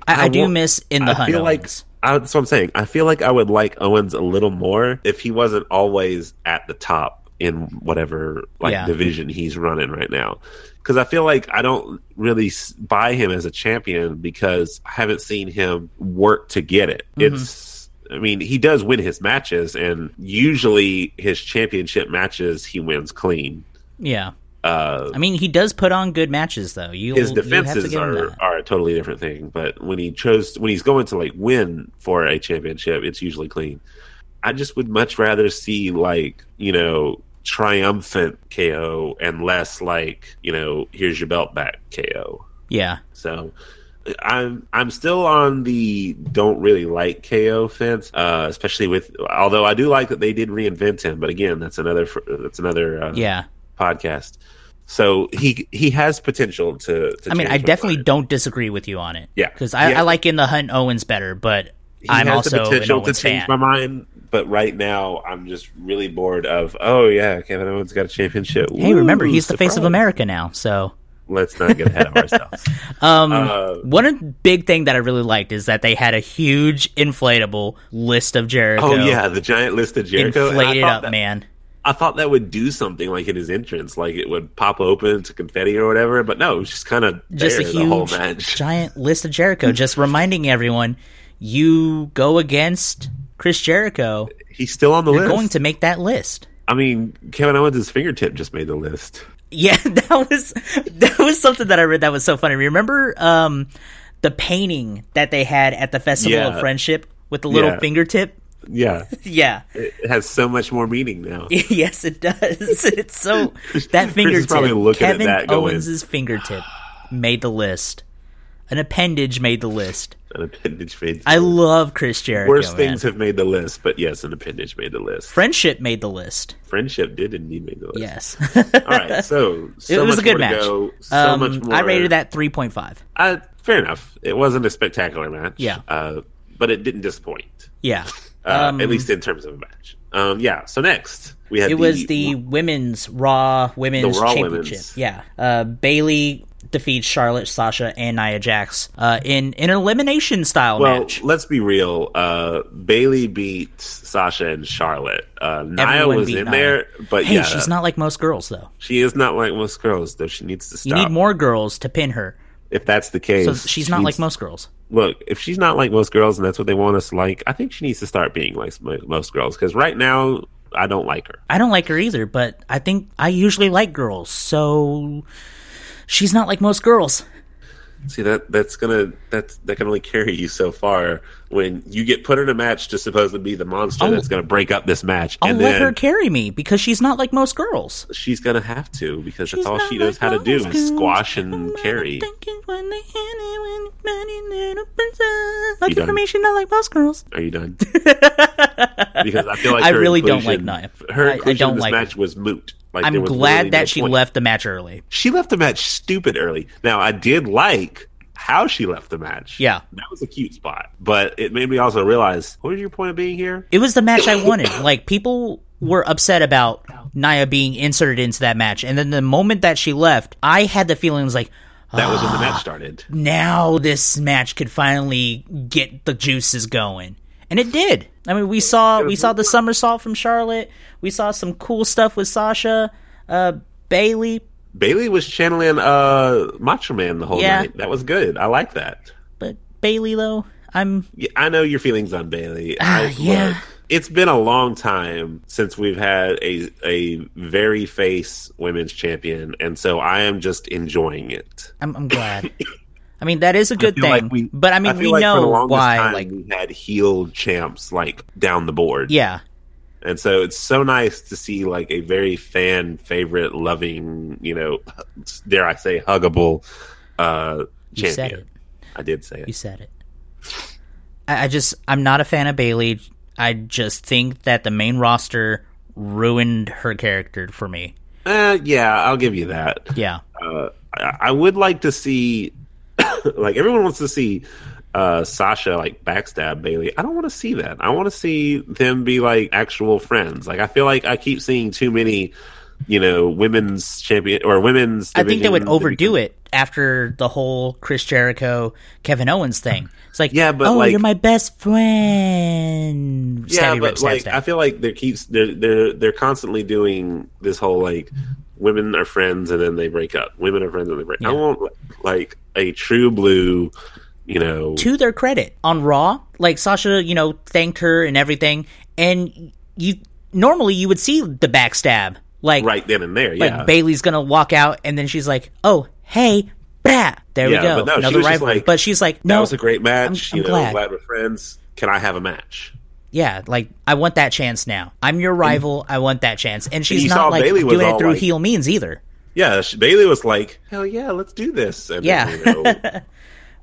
Speaker 1: I, I,
Speaker 2: I
Speaker 1: do
Speaker 2: want-
Speaker 1: miss in the
Speaker 2: I
Speaker 1: hunt.
Speaker 2: feel like
Speaker 1: Owens.
Speaker 2: I, that's what I'm saying. I feel like I would like Owens a little more if he wasn't always at the top in whatever like
Speaker 1: Yeah.
Speaker 2: division he's running right now. Because I feel like I don't really s- buy him as a champion because I haven't seen him work to get it.
Speaker 1: Mm-hmm.
Speaker 2: It's I mean he does win his matches and usually his championship matches he wins clean.
Speaker 1: yeah.
Speaker 2: Uh,
Speaker 1: I mean, he does put on good matches, though. You
Speaker 2: his
Speaker 1: you have to
Speaker 2: defenses
Speaker 1: give him
Speaker 2: are,
Speaker 1: that.
Speaker 2: are a totally different thing. But when he chose when he's going to like win for a championship, it's usually clean. I just would much rather see like, you know, triumphant KO and less like, you know, here's your belt back KO.
Speaker 1: yeah,
Speaker 2: So I'm I'm still on the don't really like KO fence, uh, especially with although I do like that they did reinvent him, but again that's another fr- that's another uh,
Speaker 1: yeah.
Speaker 2: podcast. So he he has potential to. to
Speaker 1: I mean,
Speaker 2: change
Speaker 1: I
Speaker 2: my
Speaker 1: definitely
Speaker 2: mind.
Speaker 1: don't disagree with you on it.
Speaker 2: Yeah.
Speaker 1: because I,
Speaker 2: He
Speaker 1: I
Speaker 2: has-
Speaker 1: like in the hunt Owens better, but
Speaker 2: He
Speaker 1: I'm
Speaker 2: has
Speaker 1: also
Speaker 2: the potential
Speaker 1: an
Speaker 2: to
Speaker 1: Owens fan.
Speaker 2: change my mind, but right now I'm just really bored of. Oh yeah, Kevin Owens got a championship.
Speaker 1: hey, remember
Speaker 2: Woo,
Speaker 1: he's the face of
Speaker 2: surprise.
Speaker 1: America now, so.
Speaker 2: Let's not get ahead of ourselves.
Speaker 1: Um,
Speaker 2: Uh,
Speaker 1: one big thing that I really liked is that they had a huge inflatable list of Jericho.
Speaker 2: oh yeah, the giant list of Jericho. and I
Speaker 1: inflated
Speaker 2: thought
Speaker 1: up,
Speaker 2: that-
Speaker 1: man.
Speaker 2: I thought that would do something like in his entrance, like it would pop open to confetti or whatever. But no, it was just kind of
Speaker 1: Just a
Speaker 2: the whole
Speaker 1: huge,
Speaker 2: match.
Speaker 1: giant list of Jericho, just reminding everyone you go against Chris Jericho.
Speaker 2: He's still on the
Speaker 1: You're
Speaker 2: list.
Speaker 1: going to make that list.
Speaker 2: I mean, Kevin Owens' fingertip just made the list.
Speaker 1: Yeah, that was that was something that I read that was so funny. Remember um the painting that they had at the Festival of
Speaker 2: Yeah.
Speaker 1: Friendship with the little
Speaker 2: Yeah.
Speaker 1: fingertip?
Speaker 2: Yeah,
Speaker 1: Yeah.
Speaker 2: it has so much more meaning now.
Speaker 1: yes, it does. It's so that
Speaker 2: Chris is
Speaker 1: fingertip.
Speaker 2: probably looking at
Speaker 1: Kevin
Speaker 2: that going-
Speaker 1: Owens's fingertip made the list. An appendage made the list.
Speaker 2: An appendage made.
Speaker 1: I love Chris Jericho.
Speaker 2: Worst
Speaker 1: man.
Speaker 2: things have made the list, but yes, an appendage made the list.
Speaker 1: Friendship made the list.
Speaker 2: Friendship did indeed make the list.
Speaker 1: Yes,
Speaker 2: All right, so, so
Speaker 1: it was a
Speaker 2: much
Speaker 1: good
Speaker 2: more to
Speaker 1: match.
Speaker 2: go, so
Speaker 1: um,
Speaker 2: much more.
Speaker 1: I rated that three point five.
Speaker 2: Uh, fair enough. It wasn't a spectacular match.
Speaker 1: Yeah.
Speaker 2: uh, but it didn't disappoint.
Speaker 1: Yeah,
Speaker 2: Uh,
Speaker 1: Um,
Speaker 2: at least in terms of a match. Um, yeah. So next we had
Speaker 1: it was the women's Raw Women's
Speaker 2: Raw
Speaker 1: Championship.
Speaker 2: Women's.
Speaker 1: Yeah, uh, Bailey defeats Charlotte, Sasha, and Nia Jax uh, in in an elimination style
Speaker 2: well.
Speaker 1: match.
Speaker 2: Let's be real. Uh, Bailey beat Sasha and Charlotte. Uh, Nia
Speaker 1: Everyone
Speaker 2: was
Speaker 1: beat
Speaker 2: in
Speaker 1: Nia.
Speaker 2: there, but
Speaker 1: Hey,
Speaker 2: yeah,
Speaker 1: she's not like most girls though.
Speaker 2: she is not like most girls though. She needs to
Speaker 1: You
Speaker 2: stop.
Speaker 1: need more girls to pin her.
Speaker 2: if that's the case,
Speaker 1: So she's not
Speaker 2: she
Speaker 1: like
Speaker 2: needs-
Speaker 1: most girls.
Speaker 2: look, if she's not like most girls and that's what they want us to like, I think she needs to start being like mo- most girls because right now I don't like her.
Speaker 1: I don't like her either, but I think I usually like girls, so she's not like most girls.
Speaker 2: See that that's gonna that's that can only carry you so far when you get put in a match to supposedly be the monster that's gonna break up this match,
Speaker 1: I'll
Speaker 2: and
Speaker 1: Oh. let
Speaker 2: then
Speaker 1: her carry me because she's not like most girls.
Speaker 2: she's gonna have to because
Speaker 1: She's
Speaker 2: that's all
Speaker 1: not
Speaker 2: she knows
Speaker 1: like
Speaker 2: how to do
Speaker 1: most
Speaker 2: is
Speaker 1: girls.
Speaker 2: squash
Speaker 1: I'm
Speaker 2: and
Speaker 1: not
Speaker 2: carry.
Speaker 1: thinking when they hit it, when it's funny little princess. Like
Speaker 2: done?
Speaker 1: information, not like most girls.
Speaker 2: Are you done? because I feel like
Speaker 1: I
Speaker 2: her
Speaker 1: really don't
Speaker 2: inclusion-
Speaker 1: like Nia.
Speaker 2: Her
Speaker 1: I- I
Speaker 2: inclusion in
Speaker 1: don't
Speaker 2: this
Speaker 1: like her.
Speaker 2: match was moot. Like, there
Speaker 1: I'm
Speaker 2: was
Speaker 1: glad
Speaker 2: really no
Speaker 1: that she
Speaker 2: point.
Speaker 1: left the match early.
Speaker 2: she left the match stupid early. Now I did like how she left the match.
Speaker 1: Yeah.
Speaker 2: That was a cute spot. But it made me also realize what was your point of being here?
Speaker 1: It was the match I wanted. Like people were upset about Naya being inserted into that match, and then the moment that she left, I had the feeling it was like,
Speaker 2: That was when the
Speaker 1: Ah.
Speaker 2: match started.
Speaker 1: now this match could finally get the juices going and it did i mean we saw we saw the somersault from charlotte we saw some cool stuff with sasha uh bailey
Speaker 2: Bailey was channeling uh Macho Man the whole
Speaker 1: Yeah.
Speaker 2: night. That was good. I like that.
Speaker 1: but bailey though I'm
Speaker 2: Yeah, I know your feelings on Bailey. I,
Speaker 1: Ah, yeah.
Speaker 2: look, it's been a long time since we've had a a very face women's champion, and so I am just enjoying it.
Speaker 1: I'm, I'm glad. I mean, that is a good
Speaker 2: I feel
Speaker 1: thing.
Speaker 2: like we-
Speaker 1: but I mean,
Speaker 2: feel
Speaker 1: we
Speaker 2: like for the
Speaker 1: know
Speaker 2: longest
Speaker 1: why.
Speaker 2: time
Speaker 1: like,
Speaker 2: we had heel champs like down the board,
Speaker 1: yeah,
Speaker 2: and so it's so nice to see like a very fan favorite, loving, you know, dare I say, huggable uh,
Speaker 1: you said
Speaker 2: champion.
Speaker 1: it.
Speaker 2: I did say
Speaker 1: You
Speaker 2: it.
Speaker 1: said it. I, I just, I'm not a fan of Bailey. I just think that the main roster ruined her character for me.
Speaker 2: Uh, yeah, I'll give you that.
Speaker 1: Yeah,
Speaker 2: uh, I, I would like to see like everyone wants to see uh, Sasha like backstab Bailey. I don't want to see that. I want to see them be like actual friends. Like I feel like I keep seeing too many, you know, women's champion or women's.
Speaker 1: I think they would
Speaker 2: division to
Speaker 1: overdo
Speaker 2: become-
Speaker 1: it after the whole Chris Jericho, Kevin Owens thing. It's like,
Speaker 2: Yeah, but,
Speaker 1: oh,
Speaker 2: like-
Speaker 1: you're my best friend.
Speaker 2: Yeah,
Speaker 1: Stabby
Speaker 2: but
Speaker 1: rip, stab,
Speaker 2: like
Speaker 1: stab.
Speaker 2: I feel like they keeps they're they're they're constantly doing this whole like women are friends and then they break up. Women are friends and they break. I
Speaker 1: Yeah.
Speaker 2: want like a true blue, you know,
Speaker 1: to their credit on Raw, like Sasha, you know, thanked her and everything, and you normally you would see the backstab, like
Speaker 2: right then and there.
Speaker 1: like
Speaker 2: yeah,
Speaker 1: Bailey's gonna walk out, and then she's like, "Oh, hey, brah, there
Speaker 2: Yeah,
Speaker 1: we go,
Speaker 2: but no, she
Speaker 1: another
Speaker 2: was just
Speaker 1: rivalry."
Speaker 2: like,
Speaker 1: but she's like,
Speaker 2: that
Speaker 1: "No,
Speaker 2: was a great match.
Speaker 1: I'm- I'm
Speaker 2: you know,
Speaker 1: glad.
Speaker 2: glad. we're friends. Can I have a match?
Speaker 1: yeah, like I want that chance now. I'm your rival. I want that chance." And she's
Speaker 2: you saw
Speaker 1: not like
Speaker 2: Bayley was
Speaker 1: doing it
Speaker 2: all
Speaker 1: through
Speaker 2: like-
Speaker 1: heel means either.
Speaker 2: Yeah, she, Bailey was like, "Hell yeah, let's do this." And
Speaker 1: Yeah.
Speaker 2: then,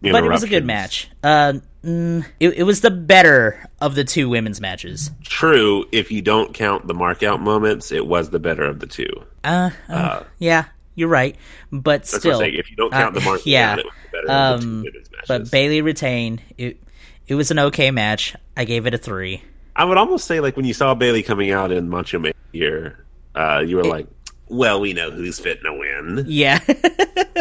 Speaker 2: you know,
Speaker 1: But it was a good
Speaker 2: interruptions.
Speaker 1: match. Uh, mm, it, it was the better of the two women's matches.
Speaker 2: True, if you don't count the markout moments, it was the better of the two.
Speaker 1: Uh, uh, yeah, you're right, but
Speaker 2: That's
Speaker 1: still,
Speaker 2: what I'm saying. If you don't count
Speaker 1: Uh,
Speaker 2: the markout,
Speaker 1: yeah.
Speaker 2: it was the better of the two
Speaker 1: Um,
Speaker 2: women's matches.
Speaker 1: but Bailey retained. It it was an okay match. I gave it a three.
Speaker 2: I would almost say, like when you saw Bailey coming out in Macho Man here, uh, you were like, "Well, we know who's fitting to win."
Speaker 1: Yeah.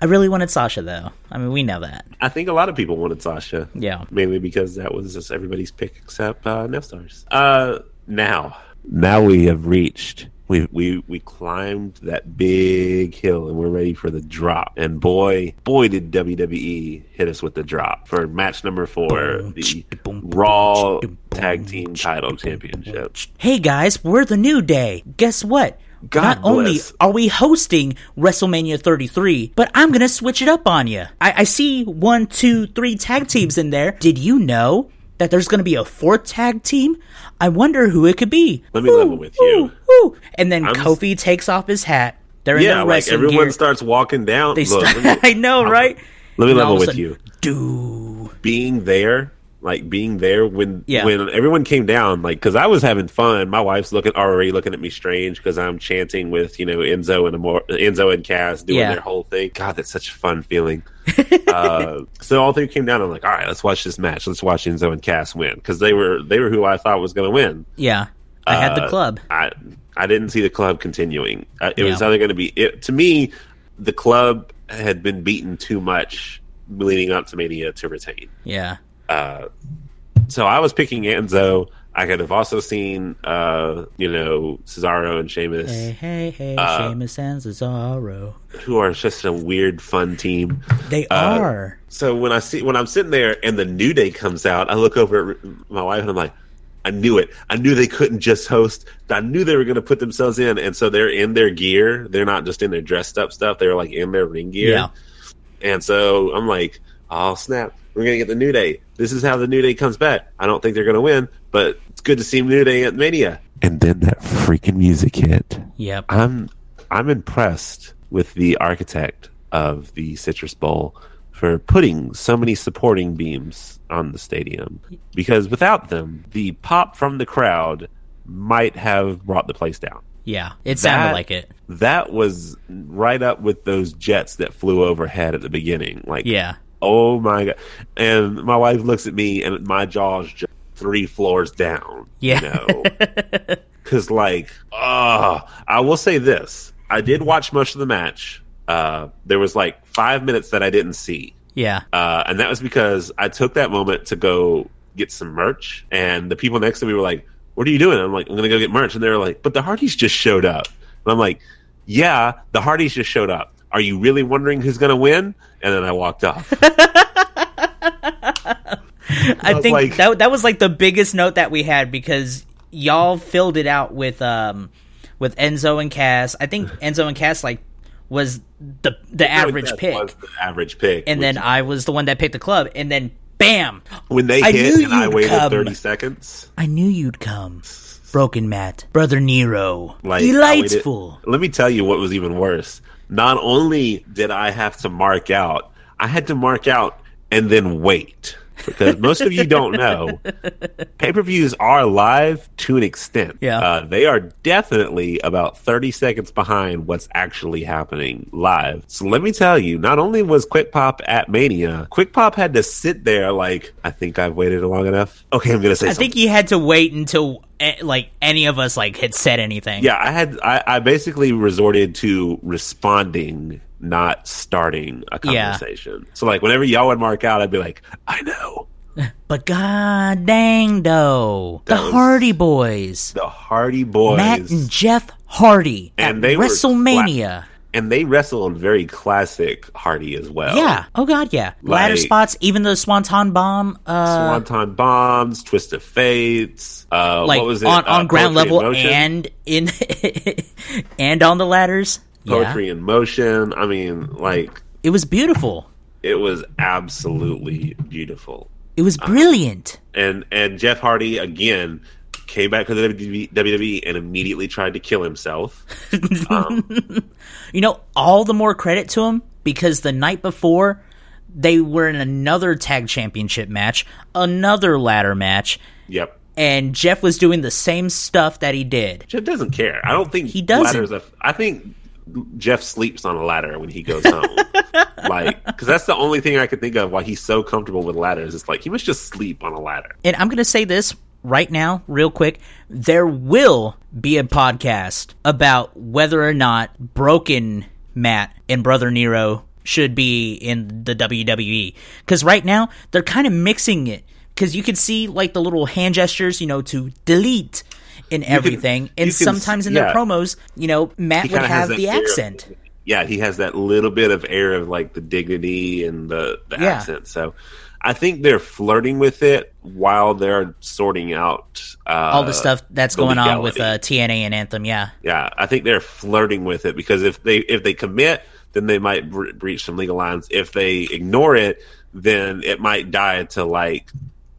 Speaker 1: I really wanted Sasha though. I mean, we know that.
Speaker 2: I think a lot of people wanted Sasha.
Speaker 1: Yeah.
Speaker 2: mainly because that was just everybody's pick except uh, Nevstars. Uh, now, now we have reached. We, we we climbed that big hill and we're ready for the drop. And boy, boy, did WWE hit us with the drop for match number four, the Raw Tag Team Title Championship.
Speaker 1: Hey guys, we're the new day. Guess what?
Speaker 2: God
Speaker 1: Not only
Speaker 2: bless.
Speaker 1: are we hosting WrestleMania 33, but I'm gonna switch it up on you. I, I see one, two, three tag teams in there. Did you know that there's gonna be a fourth tag team? I wonder who it could be.
Speaker 2: Let me level with you.
Speaker 1: Woo! And then Kofi takes off his hat. They're in
Speaker 2: Yeah,
Speaker 1: their
Speaker 2: like
Speaker 1: wrestling
Speaker 2: everyone
Speaker 1: gear.
Speaker 2: starts walking down.
Speaker 1: They
Speaker 2: Look,
Speaker 1: start-
Speaker 2: let me-
Speaker 1: I know, right?
Speaker 2: let me
Speaker 1: And all
Speaker 2: level
Speaker 1: of a
Speaker 2: with
Speaker 1: sudden,
Speaker 2: you.
Speaker 1: Dude.
Speaker 2: being there like being there when
Speaker 1: Yeah.
Speaker 2: when everyone came down like because i was having fun my wife's looking already looking at me strange because i'm chanting with you know enzo and Amor- enzo and cass doing
Speaker 1: Yeah.
Speaker 2: their whole thing god that's such a fun feeling uh, so all three came down i'm like all right let's watch this match let's watch enzo and cass win because they were they were who i thought was going to win
Speaker 1: Yeah. I had the
Speaker 2: Uh,
Speaker 1: club.
Speaker 2: I I didn't see the club continuing. Uh, it was
Speaker 1: Yeah.
Speaker 2: either going to be it, to me, the club had been beaten too much leading up to Mania to retain.
Speaker 1: Yeah.
Speaker 2: So I was picking Enzo. I could have also seen, uh, you know, Cesaro and Sheamus,
Speaker 1: Hey, hey, hey,
Speaker 2: Uh,
Speaker 1: Seamus and Cesaro.
Speaker 2: who are just a weird, fun team.
Speaker 1: They
Speaker 2: uh,
Speaker 1: are.
Speaker 2: So when I see when I'm sitting there and the New Day comes out, I look over at my wife and I'm like, I knew it. I knew they couldn't just host. I knew they were going to put themselves in, and so they're in their gear. They're not just in their dressed up stuff. They're like in their ring gear.
Speaker 1: Yeah.
Speaker 2: And so I'm like, oh snap, we're gonna get the New Day. This is how the New Day comes back. I don't think they're gonna win, but it's good to see New Day at Mania. And then that freaking music hit.
Speaker 1: Yep.
Speaker 2: I'm I'm impressed with the architect of the Citrus Bowl for putting so many supporting beams on the stadium because without them, the pop from the crowd might have brought the place down.
Speaker 1: Yeah. It sounded
Speaker 2: that-
Speaker 1: like it.
Speaker 2: That was right up with those jets that flew overhead at the beginning. Like
Speaker 1: Yeah.
Speaker 2: Oh my god! And my wife looks at me, and my jaw's just three floors down.
Speaker 1: Yeah.
Speaker 2: you because like, uh, I will say this: I did watch most of the match. Uh, there was like five minutes that I didn't see,
Speaker 1: Yeah.
Speaker 2: uh, and that was because I took that moment to go get some merch, and the people next to me were like, "What are you doing?" I'm like, "I'm gonna go get merch," and they were like, "But the Hardys just showed up," and I'm like, "Yeah, the Hardys just showed up. Are you really wondering who's gonna win?" And then I walked off.
Speaker 1: I think like, that that was like the biggest note that we had because y'all filled it out with um with Enzo and Cass. I think Enzo and Cass like was the the average pick.
Speaker 2: Was the average pick.
Speaker 1: And then I was the one that picked the club and then bam.
Speaker 2: When they
Speaker 1: I
Speaker 2: hit
Speaker 1: knew
Speaker 2: and I
Speaker 1: you'd
Speaker 2: waited
Speaker 1: come.
Speaker 2: 30 seconds.
Speaker 1: I knew you'd come. Broken Matt, Brother Nero,
Speaker 2: Like I waited-
Speaker 1: delightful.
Speaker 2: let me tell you what was even worse. Not only did I have to mark out, I had to mark out and then wait. Because most of you don't know, pay per views are live to an extent.
Speaker 1: Yeah.
Speaker 2: Uh, they are definitely about 30 seconds behind what's actually happening live. So let me tell you, not only was Quick Pop at Mania, Quick Pop had to sit there like, I think I've waited long enough. Okay, I'm going to say
Speaker 1: I
Speaker 2: something.
Speaker 1: think you had to wait until eh, like any of us like had said anything.
Speaker 2: yeah i had I, I basically resorted to responding not starting a
Speaker 1: Yeah.
Speaker 2: conversation so like whenever y'all would mark out i'd be like i know
Speaker 1: But god dang though. The
Speaker 2: That was-
Speaker 1: Hardy Boys.
Speaker 2: the hardy boys
Speaker 1: Matt and Jeff Hardy
Speaker 2: And
Speaker 1: at
Speaker 2: they were
Speaker 1: WrestleMania.
Speaker 2: and they wrestled very classic hardy as well
Speaker 1: Yeah. Oh god, yeah. Ladder
Speaker 2: Like-
Speaker 1: spots, even the Swanton bomb, uh
Speaker 2: Swanton bombs, twist of fates. Uh,
Speaker 1: like
Speaker 2: what was it?
Speaker 1: on,
Speaker 2: Uh,
Speaker 1: on ground
Speaker 2: Poetry in
Speaker 1: level
Speaker 2: Motion?
Speaker 1: and in and on the ladders.
Speaker 2: poetry
Speaker 1: Yeah.
Speaker 2: in motion. I mean, like
Speaker 1: It was beautiful.
Speaker 2: it was absolutely beautiful.
Speaker 1: It was
Speaker 2: Uh-huh.
Speaker 1: brilliant.
Speaker 2: and and Jeff Hardy again came back to the E, WWE WWE and immediately tried to kill himself.
Speaker 1: You know, all the more credit to him because the night before they were in another tag championship match, another ladder match,
Speaker 2: Yep,
Speaker 1: and Jeff was doing the same stuff that he did.
Speaker 2: Jeff doesn't care. I don't think
Speaker 1: He doesn't.
Speaker 2: Ladders a, I think Jeff sleeps on a ladder when he goes home. like, because that's the only thing I could think of why he's so comfortable with ladders. It's like he must just sleep on a ladder.
Speaker 1: And I'm going to say this right now, real quick. There will be a podcast about whether or not Broken Matt and Brother Nero should be in the WWE. Because right now, they're kind of mixing it. Because you can see like the little hand gestures, you know, to delete and everything. and
Speaker 2: you can s-
Speaker 1: sometimes in their
Speaker 2: yeah.
Speaker 1: promos, you know, Matt would
Speaker 2: kinda has
Speaker 1: have
Speaker 2: that
Speaker 1: the
Speaker 2: air of-
Speaker 1: accent.
Speaker 2: yeah, he has that little bit of air of like the dignity and the, the
Speaker 1: Yeah.
Speaker 2: accent. So I think they're flirting with it while they're sorting out uh,
Speaker 1: All the stuff that's
Speaker 2: the
Speaker 1: going on with uh,
Speaker 2: legality.
Speaker 1: TNA and Anthem, yeah.
Speaker 2: Yeah, I think they're flirting with it because if they if they commit, then they might bre- breach some legal lines. If they ignore it, then it might die to like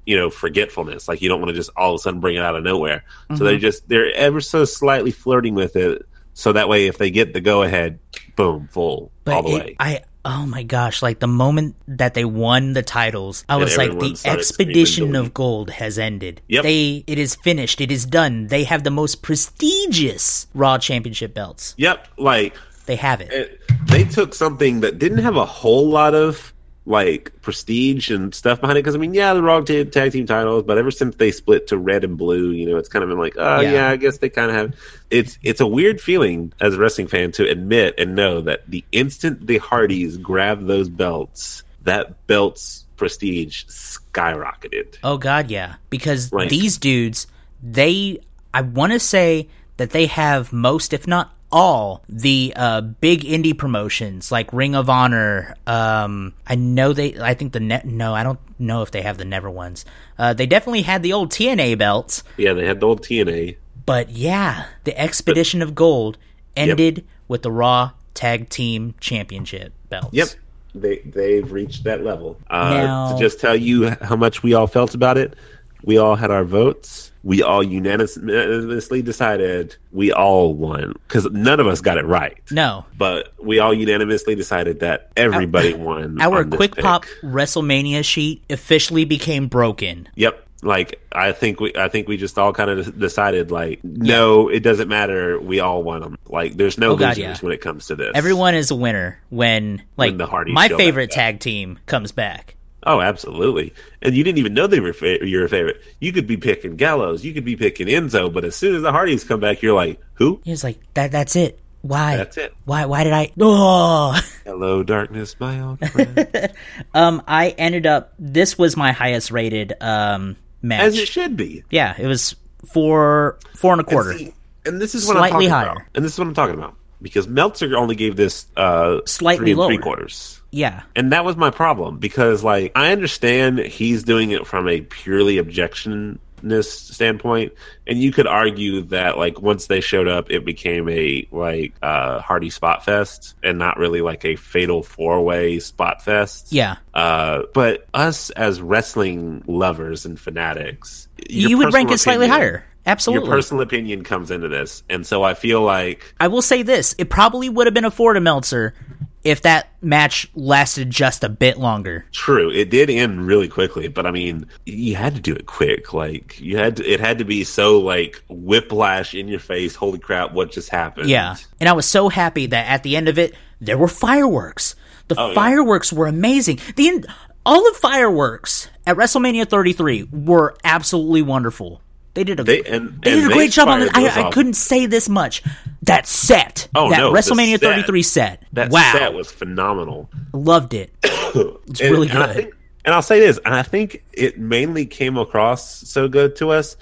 Speaker 2: you know forgetfulness. Like you don't want to just all of a sudden bring it out of nowhere. So they're just they're ever so slightly flirting with it. So that way, if they get the go ahead, boom, full all the
Speaker 1: it-
Speaker 2: way.
Speaker 1: I oh my gosh, like the moment that they won the titles, I was like,
Speaker 2: everyone
Speaker 1: the
Speaker 2: started screaming,
Speaker 1: expedition of
Speaker 2: delete.
Speaker 1: gold has ended.
Speaker 2: Yep.
Speaker 1: They it is finished. It is done. They have the most prestigious Raw Championship belts.
Speaker 2: Yep, like
Speaker 1: They have it.
Speaker 2: it, they took something that didn't have a whole lot of like prestige and stuff behind it because i mean yeah the wrong t- tag team titles but ever since they split to red and blue you know it's kind of been like oh
Speaker 1: Yeah.
Speaker 2: yeah, i guess they kind of have it's it's a weird feeling as a wrestling fan to admit and know that the instant the hardys grabbed those belts that belt's prestige skyrocketed
Speaker 1: Oh god, yeah. Because
Speaker 2: Right.
Speaker 1: these dudes, they I want to say that they have most if not all the uh big indie promotions like Ring of Honor, um I know they I think the net no, I don't know if they have the never ones. Uh they definitely had the old TNA belts,
Speaker 2: yeah they had the old tna
Speaker 1: but yeah, the Expedition of Gold ended with the Raw Tag Team Championship belts.
Speaker 2: Yep. They they've reached that level. Uh,
Speaker 1: Now-
Speaker 2: to just tell you how much we all felt about it, we all had our votes. We all unanimously decided we all won because none of us got it right.
Speaker 1: No.
Speaker 2: But we all unanimously decided that everybody won.
Speaker 1: Our
Speaker 2: on this
Speaker 1: quick
Speaker 2: pick.
Speaker 1: pop WrestleMania sheet officially became broken.
Speaker 2: Yep. Like I think we I think we just all kind of decided like no, it doesn't matter. We all won them. Like there's no
Speaker 1: Oh, God,
Speaker 2: losers
Speaker 1: yeah.
Speaker 2: when it comes to this.
Speaker 1: Everyone is a winner when like
Speaker 2: the Hardys
Speaker 1: my
Speaker 2: show back
Speaker 1: favorite
Speaker 2: up.
Speaker 1: tag team comes back.
Speaker 2: Oh, absolutely. And you didn't even know they were fa- your favorite. You could be picking Gallows, you could be picking Enzo, but as soon as the Hardys come back, you're like, who?
Speaker 1: He was like, "That that's it. Why?
Speaker 2: That's it.
Speaker 1: Why? Why did I?" Oh.
Speaker 2: Hello, darkness, my old friend.
Speaker 1: um, I ended up. This was my highest rated um match.
Speaker 2: as it should be.
Speaker 1: yeah, it was four four and a quarter.
Speaker 2: See, and this is what
Speaker 1: Slightly
Speaker 2: I'm talking
Speaker 1: higher.
Speaker 2: about. And this is what I'm talking about. because Meltzer only gave this uh,
Speaker 1: Slightly
Speaker 2: three and three
Speaker 1: lower.
Speaker 2: quarters.
Speaker 1: Yeah.
Speaker 2: And that was my problem because, like, I understand he's doing it from a purely objectionist standpoint, and you could argue that, like, once they showed up, it became a like uh, Hardy spot fest and not really like a fatal four way spot fest.
Speaker 1: Yeah.
Speaker 2: Uh, but us as wrestling lovers and fanatics, your
Speaker 1: you would rank
Speaker 2: personal
Speaker 1: it slightly
Speaker 2: opinion-
Speaker 1: higher. Absolutely.
Speaker 2: Your personal opinion comes into this, and so I feel like
Speaker 1: I will say this: it probably would have been a four to Meltzer if that match lasted just a bit longer.
Speaker 2: True, it did end really quickly, but I mean, you had to do it quick. Like you had to, it had to be so like whiplash in your face. Holy crap! What just happened?
Speaker 1: Yeah, and I was so happy that at the end of it there were fireworks. The
Speaker 2: Oh, yeah.
Speaker 1: fireworks were amazing. The end, all of fireworks at WrestleMania 33 were absolutely wonderful. They did a
Speaker 2: They- and-
Speaker 1: they
Speaker 2: and
Speaker 1: did a
Speaker 2: they
Speaker 1: great job on it.
Speaker 2: fired those
Speaker 1: I, I
Speaker 2: off.
Speaker 1: couldn't say this much. That set,
Speaker 2: Oh,
Speaker 1: that
Speaker 2: no, the
Speaker 1: WrestleMania
Speaker 2: set.
Speaker 1: 33 set.
Speaker 2: that
Speaker 1: wow,
Speaker 2: set was phenomenal.
Speaker 1: loved it. It's
Speaker 2: And-
Speaker 1: really
Speaker 2: and I
Speaker 1: good.
Speaker 2: think- and I'll say this, and I think it mainly came across so good to us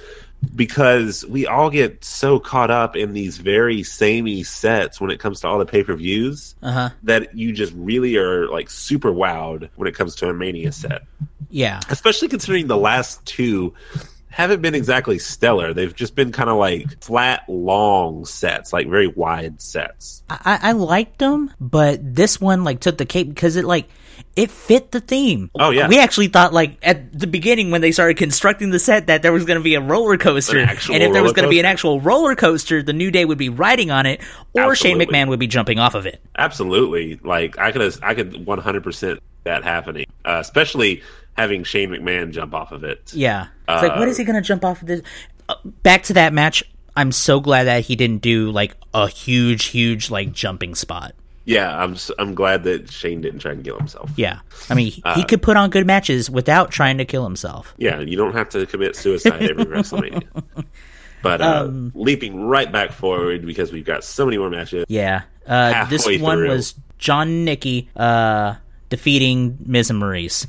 Speaker 2: because we all get so caught up in these very samey sets when it comes to all the pay per views
Speaker 1: Uh-huh.
Speaker 2: that you just really are like super wowed when it comes to a mania set.
Speaker 1: Yeah,
Speaker 2: especially considering the last two haven't been exactly stellar. They've just been kind of like flat, long sets, like very wide sets.
Speaker 1: I, I liked them, but this one like took the cake because it like it fit the theme.
Speaker 2: Oh, yeah.
Speaker 1: we actually thought like at the beginning when they started constructing the set that there was going to be a roller coaster,
Speaker 2: An actual
Speaker 1: and if there was
Speaker 2: roller
Speaker 1: going to be an
Speaker 2: coaster?
Speaker 1: actual roller coaster, the New Day would be riding on it, or
Speaker 2: Absolutely.
Speaker 1: Shane McMahon would be jumping off of it.
Speaker 2: Absolutely, like I could, I could one hundred percent that happening, uh, especially having Shane McMahon jump off of it.
Speaker 1: Yeah, it's like what is he going to jump off of this? Uh, back to that match. I'm so glad that he didn't do like a huge, huge like jumping spot.
Speaker 2: Yeah, I'm, s- I'm glad that Shane didn't try and kill himself.
Speaker 1: Yeah, I mean he,
Speaker 2: Uh,
Speaker 1: he could put on good matches without trying to kill himself.
Speaker 2: Yeah, you don't have to commit suicide every WrestleMania. But uh,
Speaker 1: Um,
Speaker 2: leaping right back forward because we've got so many more matches.
Speaker 1: Yeah. Uh, this
Speaker 2: Halfway
Speaker 1: one
Speaker 2: through.
Speaker 1: was John Nicky uh, defeating Miz and Maurice.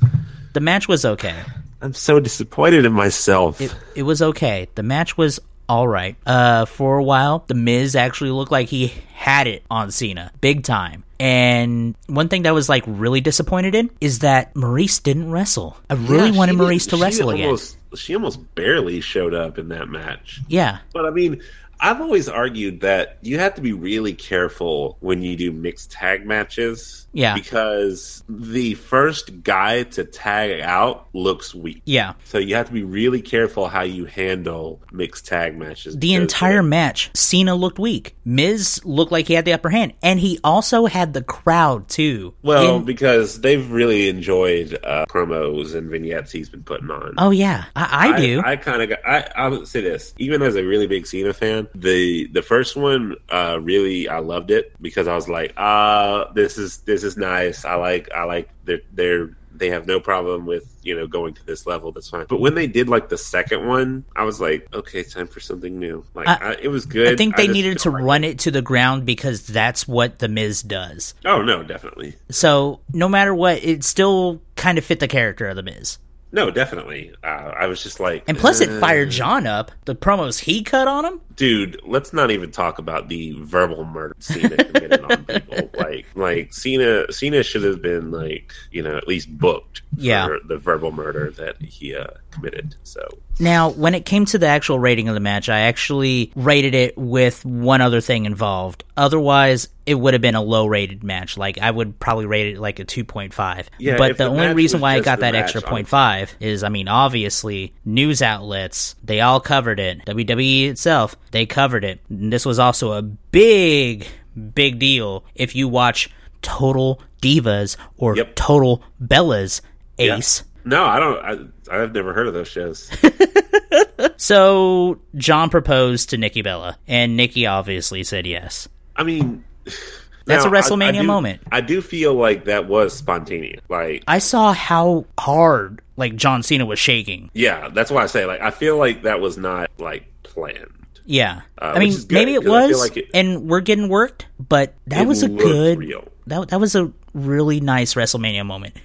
Speaker 1: The match was okay.
Speaker 2: I'm so disappointed in myself.
Speaker 1: It was okay. The match was all right. Uh, for a while, The Miz actually looked like he had it on Cena, big time. And one thing that was like really disappointed in is that Maurice didn't wrestle. I really
Speaker 2: Yeah,
Speaker 1: wanted
Speaker 2: she did-
Speaker 1: Maurice to
Speaker 2: she
Speaker 1: wrestle again.
Speaker 2: Almost, she almost barely showed up in that match.
Speaker 1: yeah.
Speaker 2: But I mean, I've always argued that you have to be really careful when you do mixed tag matches.
Speaker 1: Yeah.
Speaker 2: Because the first guy to tag out looks weak.
Speaker 1: Yeah.
Speaker 2: So you have to be really careful how you handle mixed tag matches.
Speaker 1: The
Speaker 2: because
Speaker 1: entire match, Cena looked weak. Miz looked like he had the upper hand. And he also had the crowd, too.
Speaker 2: Well,
Speaker 1: In-
Speaker 2: because they've really enjoyed uh, promos and vignettes he's been putting on.
Speaker 1: Oh yeah, I, I do.
Speaker 2: I, kind of got. I, I would say this, even as a really big Cena fan, the the first one uh, really I loved it because I was like, ah, this is this is nice. I like I like they're they're they have no problem with you know going to this level. That's fine. But when they did like the second one, I was like, okay, it's time for something new. Like I, it was good.
Speaker 1: I, think they
Speaker 2: just
Speaker 1: needed
Speaker 2: don't
Speaker 1: to
Speaker 2: like
Speaker 1: run it to the ground because that's what the Miz does.
Speaker 2: it. Oh no, definitely.
Speaker 1: So no matter what, it still kind of fit the character of the Miz.
Speaker 2: No, definitely. Uh, I was just like,
Speaker 1: And plus, it
Speaker 2: uh,
Speaker 1: fired John up. The promos he cut on him.
Speaker 2: dude, let's not even talk about the verbal murder Cena committed on people. Like, like Cena, Cena should have been like, you know, at least booked for
Speaker 1: Yeah.
Speaker 2: the verbal murder that he uh, committed. So,
Speaker 1: Now, when it came to the actual rating of the match, I actually rated it with one other thing involved. Otherwise, it would have been a low-rated match. Like I would probably rate it like a two point five.
Speaker 2: Yeah,
Speaker 1: but
Speaker 2: if
Speaker 1: the,
Speaker 2: the
Speaker 1: only
Speaker 2: match
Speaker 1: reason
Speaker 2: was
Speaker 1: why I
Speaker 2: just
Speaker 1: got
Speaker 2: the
Speaker 1: that
Speaker 2: match,
Speaker 1: extra
Speaker 2: honestly.
Speaker 1: point five is, I mean, obviously news outlets they all covered it. WWE itself they covered it. And this was also a big, big deal. If you watch Total Divas or
Speaker 2: Yep.
Speaker 1: Total Bellas, Ace.
Speaker 2: no, I don't. I, I've never heard of those shows.
Speaker 1: So John proposed to Nikki Bella, and Nikki obviously said yes.
Speaker 2: I mean.
Speaker 1: That's
Speaker 2: now,
Speaker 1: a WrestleMania
Speaker 2: do-
Speaker 1: moment.
Speaker 2: I do feel like that was spontaneous. Like,
Speaker 1: I saw how hard like John Cena was shaking.
Speaker 2: yeah, that's why I say like I feel like that was not like planned.
Speaker 1: Yeah,
Speaker 2: Uh,
Speaker 1: I
Speaker 2: which
Speaker 1: mean
Speaker 2: is good,
Speaker 1: maybe it
Speaker 2: 'cause I feel
Speaker 1: was,
Speaker 2: like it-
Speaker 1: and we're getting worked, but that
Speaker 2: It
Speaker 1: was a
Speaker 2: looked
Speaker 1: good
Speaker 2: real.
Speaker 1: that that was a really nice WrestleMania moment.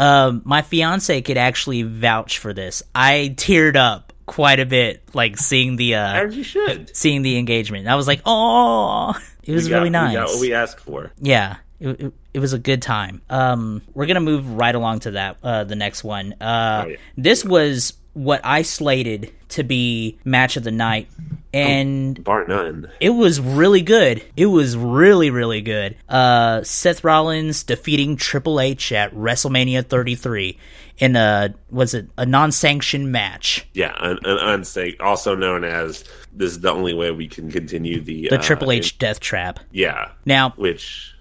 Speaker 1: Um, my fiance could actually vouch for this. I teared up quite a bit, like seeing the uh,
Speaker 2: As you should.
Speaker 1: seeing the engagement. I was like, oh, It was
Speaker 2: we got-
Speaker 1: really
Speaker 2: We got
Speaker 1: nice.
Speaker 2: what we asked for.
Speaker 1: yeah. It, it, it was a good time. Um, we're gonna move right along to that uh, the next one. Uh,
Speaker 2: Oh, yeah.
Speaker 1: This was what I slated to be match of the night, and
Speaker 2: Bar none.
Speaker 1: it was really good. It was really, really good. Uh, Seth Rollins defeating Triple H at WrestleMania 33 in a was it a non-sanctioned match?
Speaker 2: Yeah, an, an unsafe, also known as this is the only way we can continue the
Speaker 1: The
Speaker 2: uh,
Speaker 1: Triple H Death Trap.
Speaker 2: Yeah,
Speaker 1: Now,
Speaker 2: which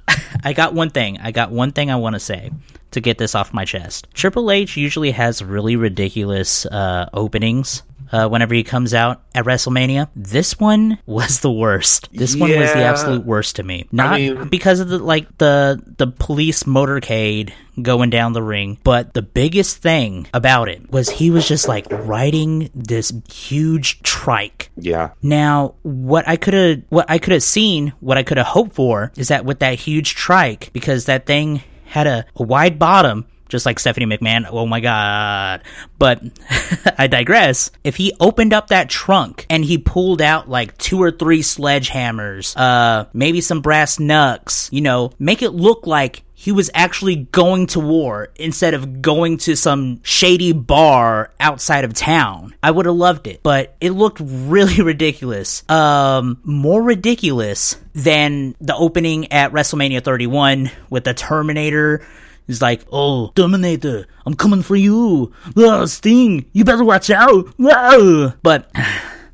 Speaker 1: I got one thing. I got one thing I want to say to get this off my chest. Triple H usually has really ridiculous uh, openings. Uh, whenever he comes out at WrestleMania, this one was the worst. This one was the
Speaker 2: Yeah.
Speaker 1: absolute worst to me. Not
Speaker 2: mean-
Speaker 1: because of the like the the police motorcade going down the ring, but the biggest thing about it was he was just like riding this huge trike
Speaker 2: yeah,
Speaker 1: now, what I could have, what I could have seen, what I could have hoped for is that with that huge trike, because that thing had a, a wide bottom, just like Stephanie McMahon. Oh my god! But I digress. If he opened up that trunk and he pulled out like two or three sledgehammers, uh, maybe some brass knucks, you know, make it look like he was actually going to war instead of going to some shady bar outside of town. I would have loved it, but it looked really ridiculous. Um, more ridiculous than the opening at WrestleMania 31 with the Terminator. He's like, "Oh, Terminator, I'm coming for you, Ah, Sting. You better watch out." Ah." But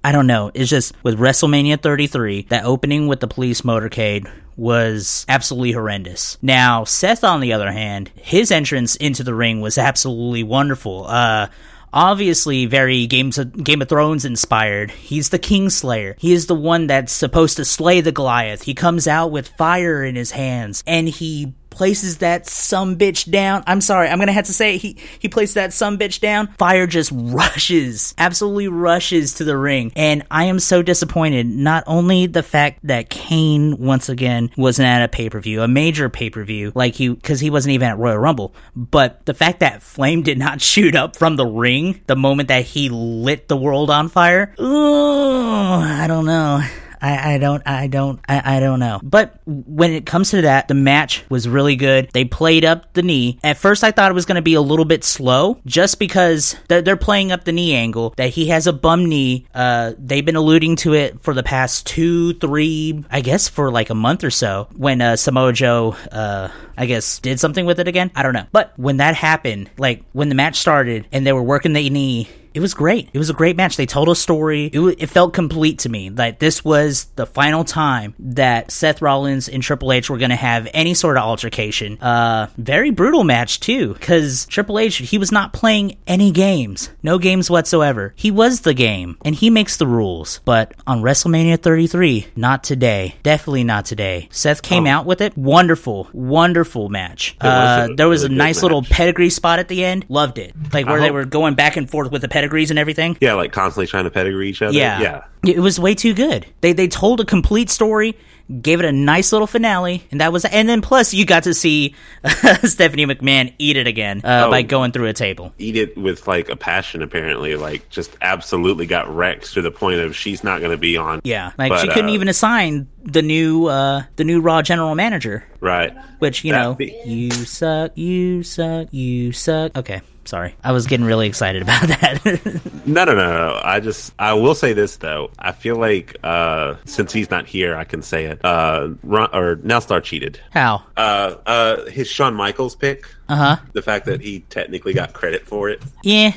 Speaker 1: I don't know. It's just with WrestleMania 33, that opening with the police motorcade was absolutely horrendous. Now, Seth, on the other hand, his entrance into the ring was absolutely wonderful. Uh, obviously very games of, game of thrones inspired he's the kingslayer he is the one that's supposed to slay the goliath he comes out with fire in his hands and he places that some bitch down. I'm sorry, I'm gonna have to say it. he he placed that some bitch down. Fire just rushes, absolutely rushes to the ring, and I am so disappointed. Not only the fact that Kane once again wasn't at a pay per view, a major pay per view, like he because he wasn't even at Royal Rumble, but the fact that Flame did not shoot up from the ring the moment that he lit the world on fire. Ooh, I don't know. I, I don't I don't I, I don't know. But when it comes to that, the match was really good. They played up the knee. At first I thought it was gonna be a little bit slow, just because they're, they're playing up the knee angle, that he has a bum knee. Uh they've been alluding to it for the past two, three I guess for like a month or so, when uh Samoa Joe uh I guess did something with it again. I don't know. But when that happened, like when the match started and they were working the knee it was great. It was a great match. They told a story. It, wa- it felt complete to me. Like this was the final time that Seth Rollins and Triple H were going to have any sort of altercation. Uh, very brutal match too, because Triple H he was not playing any games, no games whatsoever. He was the game, and he makes the rules. But on WrestleMania 33, not today. Definitely not today. Seth came out with it. Wonderful, wonderful match.
Speaker 2: Oh. was
Speaker 1: Uh,
Speaker 2: a
Speaker 1: there was a
Speaker 2: really good
Speaker 1: nice little
Speaker 2: match.
Speaker 1: pedigree spot at the end. Loved it. Like where they
Speaker 2: hope-
Speaker 1: were going back and forth with the pedigrees and everything.
Speaker 2: yeah, like constantly trying to pedigree each other.
Speaker 1: Yeah.
Speaker 2: yeah.
Speaker 1: It was way too good. They they told a complete story, gave it a nice little finale, and that was and then plus you got to see Stephanie McMahon eat it again uh,
Speaker 2: Oh.
Speaker 1: by going through a table.
Speaker 2: Eat it with like a passion. Apparently, like just absolutely got wrecked to the point of she's not going to be on.
Speaker 1: Yeah. Like
Speaker 2: But,
Speaker 1: she couldn't
Speaker 2: uh,
Speaker 1: even assign the new uh the new Raw general manager,
Speaker 2: right.
Speaker 1: which you
Speaker 2: That
Speaker 1: know,
Speaker 2: be-
Speaker 1: you suck, you suck, you suck. Okay. Sorry. I was getting really excited about that.
Speaker 2: No, no, no, no. I just I will say this though. I feel like uh since he's not here, I can say it. Uh, Ron, or Nelstar cheated.
Speaker 1: How?
Speaker 2: Uh, uh, his Shawn Michaels pick.
Speaker 1: Uh-huh.
Speaker 2: The fact that he technically got credit for it.
Speaker 1: Yeah.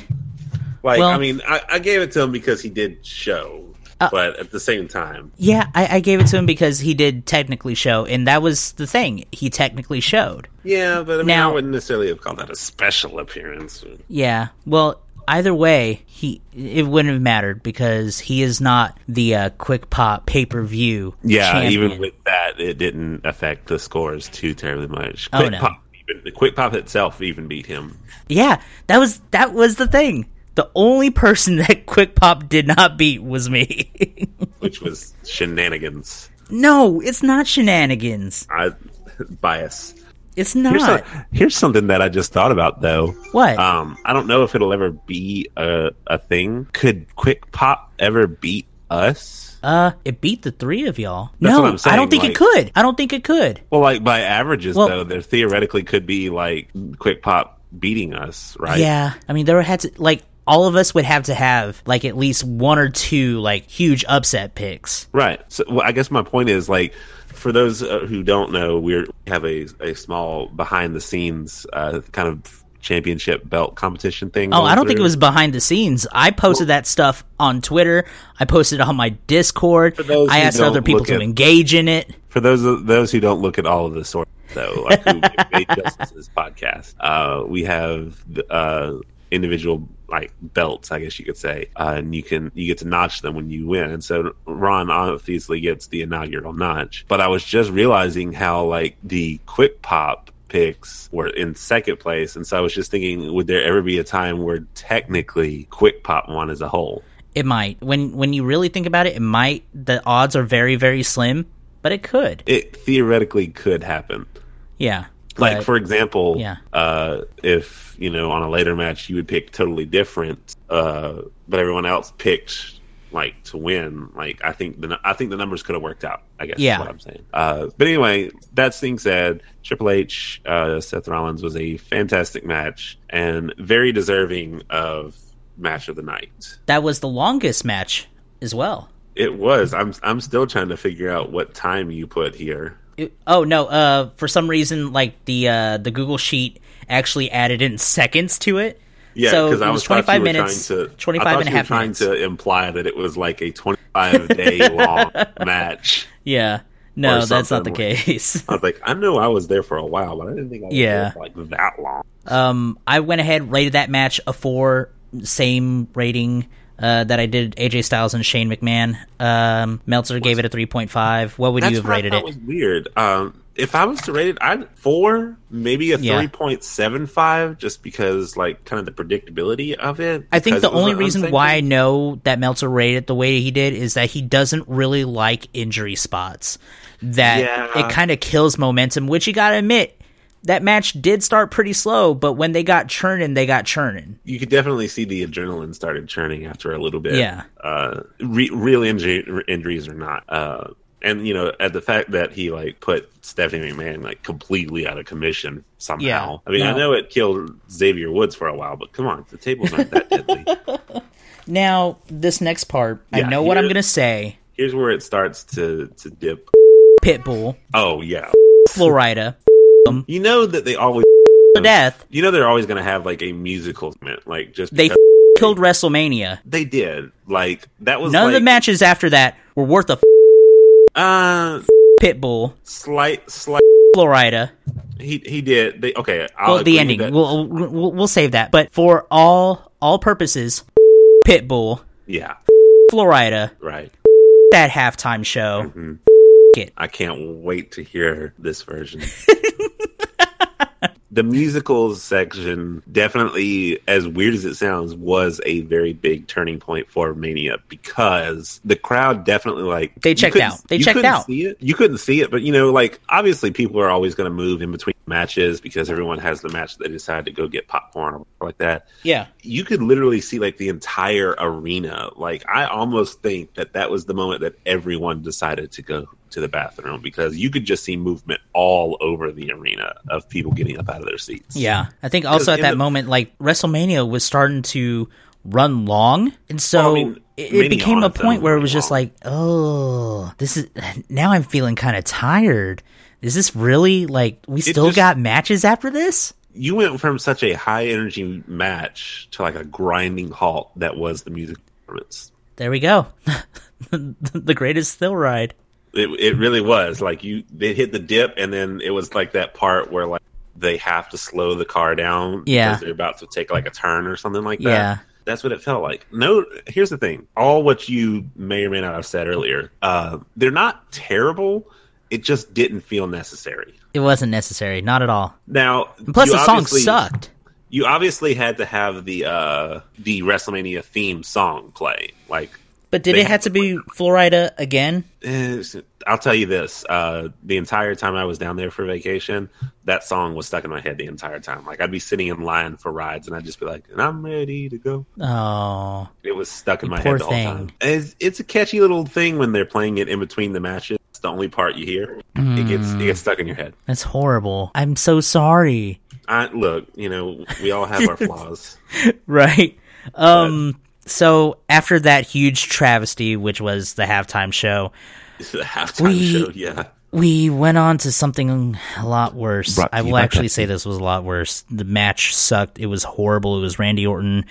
Speaker 2: Like,
Speaker 1: Well-
Speaker 2: I mean, I, I gave it to him because he did show,
Speaker 1: Uh,
Speaker 2: but at the same time,
Speaker 1: Yeah, I, I gave it to him because he did technically show, and that was the thing. He technically showed.
Speaker 2: yeah. But I mean,
Speaker 1: Now-
Speaker 2: I wouldn't necessarily have called that a special appearance.
Speaker 1: Yeah. Well, either way, he it wouldn't have mattered because he is not the uh, quick pop pay per view.
Speaker 2: Yeah,
Speaker 1: champion.
Speaker 2: even with that, it didn't affect the scores too terribly much.
Speaker 1: Oh,
Speaker 2: Quick
Speaker 1: no.
Speaker 2: Pop, even the Quick Pop itself, even beat him.
Speaker 1: yeah, that was that was the thing. The only person that quick pop did not beat was me.
Speaker 2: Which was shenanigans.
Speaker 1: no, it's not shenanigans.
Speaker 2: I bias.
Speaker 1: It's not.
Speaker 2: Here's, some- here's something that I just thought about though.
Speaker 1: What?
Speaker 2: Um, I don't know if it'll ever be a, a thing. Could Quick Pop ever beat us?
Speaker 1: Uh, it beat the three of y'all.
Speaker 2: That's
Speaker 1: no,
Speaker 2: what I'm saying,
Speaker 1: I don't think
Speaker 2: like-
Speaker 1: it could. I don't think it could.
Speaker 2: Well, like by averages
Speaker 1: Well-
Speaker 2: though, there theoretically could be like Quick Pop beating us, right?
Speaker 1: Yeah, I mean, there had to like all of us would have to have like at least one or two like huge upset picks.
Speaker 2: Right. So well, I guess my point is like for those uh, who don't know, we're, we have a a small behind the scenes uh, kind of championship belt competition thing.
Speaker 1: Oh,
Speaker 2: going
Speaker 1: I don't think it
Speaker 2: through.
Speaker 1: was behind the scenes. I posted that stuff on Twitter. I posted it on my Discord.
Speaker 2: those
Speaker 1: I
Speaker 2: who
Speaker 1: asked
Speaker 2: don't
Speaker 1: other people
Speaker 2: look
Speaker 1: to
Speaker 2: at-
Speaker 1: engage in it.
Speaker 2: for those those who don't look at all of the sources though, like who made Justice's podcast, uh, we have uh, individual like belts, I guess you could say, uh, and you can you get to notch them when you win. And so Ron obviously gets the inaugural notch. But I was just realizing how like the quick pop picks were in second place, and so I was just thinking, would there ever be a time where technically quick pop won as a whole?
Speaker 1: It might. When when you really think about it, it might. The odds are very very slim, but it could.
Speaker 2: It theoretically could happen.
Speaker 1: Yeah.
Speaker 2: like
Speaker 1: But-
Speaker 2: for example
Speaker 1: Yeah.
Speaker 2: uh if you know on a later match you would pick totally different uh but everyone else picked like to win like i think the nu- i think the numbers could have worked out i guess is
Speaker 1: Yeah.
Speaker 2: what i'm saying uh but anyway that's being said triple h uh seth rollins was a fantastic match and very deserving of match of the night
Speaker 1: that was the longest match as well.
Speaker 2: it was i'm i'm still trying to figure out what time you put here
Speaker 1: It- oh no! Uh, for some reason, like the uh, the Google sheet actually added in seconds to it.
Speaker 2: Yeah,
Speaker 1: So
Speaker 2: because
Speaker 1: it
Speaker 2: I
Speaker 1: was
Speaker 2: was trying
Speaker 1: 25
Speaker 2: to-
Speaker 1: minutes,
Speaker 2: trying to
Speaker 1: 25
Speaker 2: I thought
Speaker 1: and a
Speaker 2: you were
Speaker 1: half
Speaker 2: trying
Speaker 1: minutes.
Speaker 2: to imply that it was like a 25 day long match.
Speaker 1: Yeah, no,
Speaker 2: Or
Speaker 1: that's not the
Speaker 2: something like-
Speaker 1: case.
Speaker 2: I was like, I know I was there for a while, but I didn't think I was
Speaker 1: Yeah.
Speaker 2: there for like that long.
Speaker 1: um, I went ahead rated that match a four, same rating. Uh, that I did AJ Styles and Shane McMahon. Um, Meltzer gave it a three point five. What would you
Speaker 2: That's
Speaker 1: have
Speaker 2: what
Speaker 1: rated
Speaker 2: I
Speaker 1: it?
Speaker 2: thought was weird. Um, if I was to rate it, I'd four, maybe a
Speaker 1: Yeah.
Speaker 2: 3.75, just because like kind of the predictability of it.
Speaker 1: I think
Speaker 2: because
Speaker 1: the
Speaker 2: it was
Speaker 1: only
Speaker 2: an
Speaker 1: reason
Speaker 2: unsanctioned-
Speaker 1: why I know that Meltzer rated it the way he did is that he doesn't really like injury spots. That
Speaker 2: Yeah.
Speaker 1: it kind of kills momentum, which you got to admit, that match did start pretty slow, but when they got churning, they got churning.
Speaker 2: you could definitely see the adrenaline started churning after a little bit.
Speaker 1: Yeah.
Speaker 2: Uh, re- real injury, injuries or not. Uh, and you know, at the fact that he like put Stephanie McMahon like completely out of commission somehow.
Speaker 1: Yeah.
Speaker 2: I mean,
Speaker 1: No.
Speaker 2: I know it killed Xavier Woods for a while, but come on, the tables aren't that deadly.
Speaker 1: Now, this next part, I
Speaker 2: Yeah,
Speaker 1: know what I'm
Speaker 2: here-
Speaker 1: going to say.
Speaker 2: Here's where it starts to to dip.
Speaker 1: Pitbull,
Speaker 2: Oh yeah,
Speaker 1: Florida,
Speaker 2: you know that they always.
Speaker 1: to death.
Speaker 2: You know they're always going to have like a musical segment, like just
Speaker 1: They
Speaker 2: because
Speaker 1: f- killed WrestleMania.
Speaker 2: they did. Like that was
Speaker 1: None of
Speaker 2: like,
Speaker 1: the matches after that were worth a f-
Speaker 2: Uh,
Speaker 1: Pitbull,
Speaker 2: slight, slight.
Speaker 1: Florida.
Speaker 2: He he did. They, okay, I'll
Speaker 1: well, the
Speaker 2: agree
Speaker 1: ending.
Speaker 2: that-
Speaker 1: We'll, we'll we'll save that. But for all all purposes, Pitbull,
Speaker 2: yeah,
Speaker 1: Florida,
Speaker 2: right.
Speaker 1: that halftime show.
Speaker 2: I can't wait to hear this version. the musicals section definitely, as weird as it sounds, was a very big turning point for Mania because the crowd definitely like
Speaker 1: They
Speaker 2: you
Speaker 1: checked
Speaker 2: couldn't-
Speaker 1: out. They
Speaker 2: you
Speaker 1: checked
Speaker 2: couldn't
Speaker 1: out.
Speaker 2: See it. You couldn't see it, but you know, like obviously people are always going to move in between matches because everyone has the match that they decide to go get popcorn or like that.
Speaker 1: Yeah.
Speaker 2: you could literally see like the entire arena. Like I almost think that that was the moment that everyone decided to go to the bathroom because you could just see movement all over the arena of people getting up out of their seats.
Speaker 1: Yeah. I think also at
Speaker 2: in
Speaker 1: that
Speaker 2: the-
Speaker 1: moment, like WrestleMania was starting to run long, and so
Speaker 2: Well, I mean,
Speaker 1: it, it
Speaker 2: Mania
Speaker 1: became
Speaker 2: on
Speaker 1: a
Speaker 2: its
Speaker 1: point
Speaker 2: own
Speaker 1: where it
Speaker 2: was
Speaker 1: was just
Speaker 2: long.
Speaker 1: like, oh, this is now I'm feeling kind of tired. Is this really like we still
Speaker 2: just-
Speaker 1: got matches after this?
Speaker 2: You went from such a high energy match to like a grinding halt that was the music performance.
Speaker 1: There we go. the greatest thrill ride.
Speaker 2: It it really was like you they hit the dip and then it was like that part where like they have to slow the car down
Speaker 1: Yeah.
Speaker 2: because they're about to take like a turn or something like that.
Speaker 1: Yeah.
Speaker 2: That's what it felt like. No, here's the thing. All what you may or may not have said earlier, uh, they're not terrible. It just didn't feel necessary.
Speaker 1: It wasn't necessary, not at all.
Speaker 2: Now,
Speaker 1: Plus,
Speaker 2: you
Speaker 1: the song
Speaker 2: obviously-
Speaker 1: sucked.
Speaker 2: You obviously had to have the uh, the WrestleMania theme song play. Like
Speaker 1: But did
Speaker 2: They
Speaker 1: it have to be Florida again?
Speaker 2: Eh, I'll tell you this: uh, the entire time I was down there for vacation, that song was stuck in my head the entire time. Like I'd be sitting in line for rides, and I'd just be like, "And I'm ready to go."
Speaker 1: Oh,
Speaker 2: It was stuck in
Speaker 1: You
Speaker 2: my
Speaker 1: poor
Speaker 2: head the whole
Speaker 1: thing.
Speaker 2: time. It's, it's a catchy little thing when they're playing it in between the matches. It's the only part you hear. It gets it
Speaker 1: Mm.
Speaker 2: gets stuck in your head.
Speaker 1: that's horrible. I'm so sorry.
Speaker 2: I look, you know, we all have our flaws.
Speaker 1: right? Um. So after that huge travesty, which was the halftime show,
Speaker 2: It's a halftime
Speaker 1: We-
Speaker 2: show, yeah.
Speaker 1: we went on to something a lot worse.
Speaker 2: Brought to
Speaker 1: I
Speaker 2: you
Speaker 1: will
Speaker 2: by
Speaker 1: actually
Speaker 2: Pepsi.
Speaker 1: say this was a lot worse. The match sucked. It was horrible. It was Randy Orton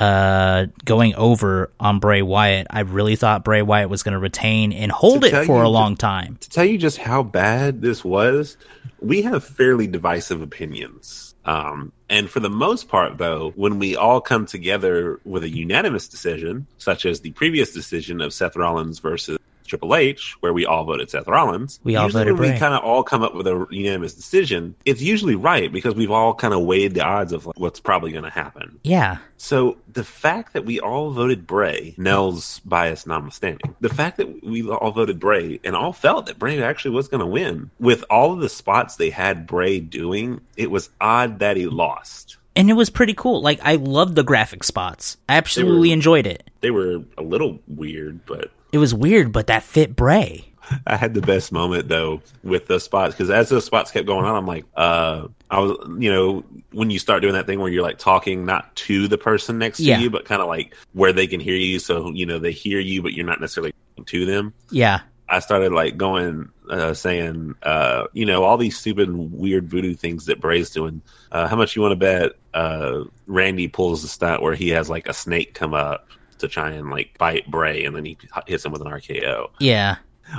Speaker 1: uh, going over on Bray Wyatt. I really thought Bray Wyatt was going to retain and hold
Speaker 2: To tell
Speaker 1: it for a
Speaker 2: you
Speaker 1: long time.
Speaker 2: to tell you just how bad this was, we have fairly divisive opinions. Um, and for the most part, though, when we all come together with a unanimous decision, such as the previous decision of Seth Rollins versus Triple H, where we all voted Seth Rollins,
Speaker 1: We all
Speaker 2: usually
Speaker 1: voted
Speaker 2: when
Speaker 1: Bray.
Speaker 2: we kind of all come up with a unanimous decision, it's usually right because we've all kind of weighed the odds of like, what's probably going to happen.
Speaker 1: Yeah.
Speaker 2: So the fact that we all voted Bray, Nell's bias notwithstanding, the fact that we all voted Bray and all felt that Bray actually was going to win, with all of the spots they had Bray doing, it was odd that he lost.
Speaker 1: And it was pretty cool. Like I loved the graphic spots. I absolutely enjoyed it.
Speaker 2: They were a little weird, but
Speaker 1: It was weird, but that fit Bray.
Speaker 2: I had the best moment though with those spots because as those spots kept going on, I'm like, uh, I was, you know, when you start doing that thing where you're like talking not to the person next to
Speaker 1: Yeah.
Speaker 2: you, but kind of like where they can hear you, so you know they hear you, but you're not necessarily to them.
Speaker 1: Yeah.
Speaker 2: I started like going, uh, saying, uh, you know, all these stupid, weird voodoo things that Bray's doing. Uh, how much you want to bet uh, Randy pulls the stunt where he has like a snake come up to try and like bite Bray, and then he hits him with an RKO.
Speaker 1: Yeah.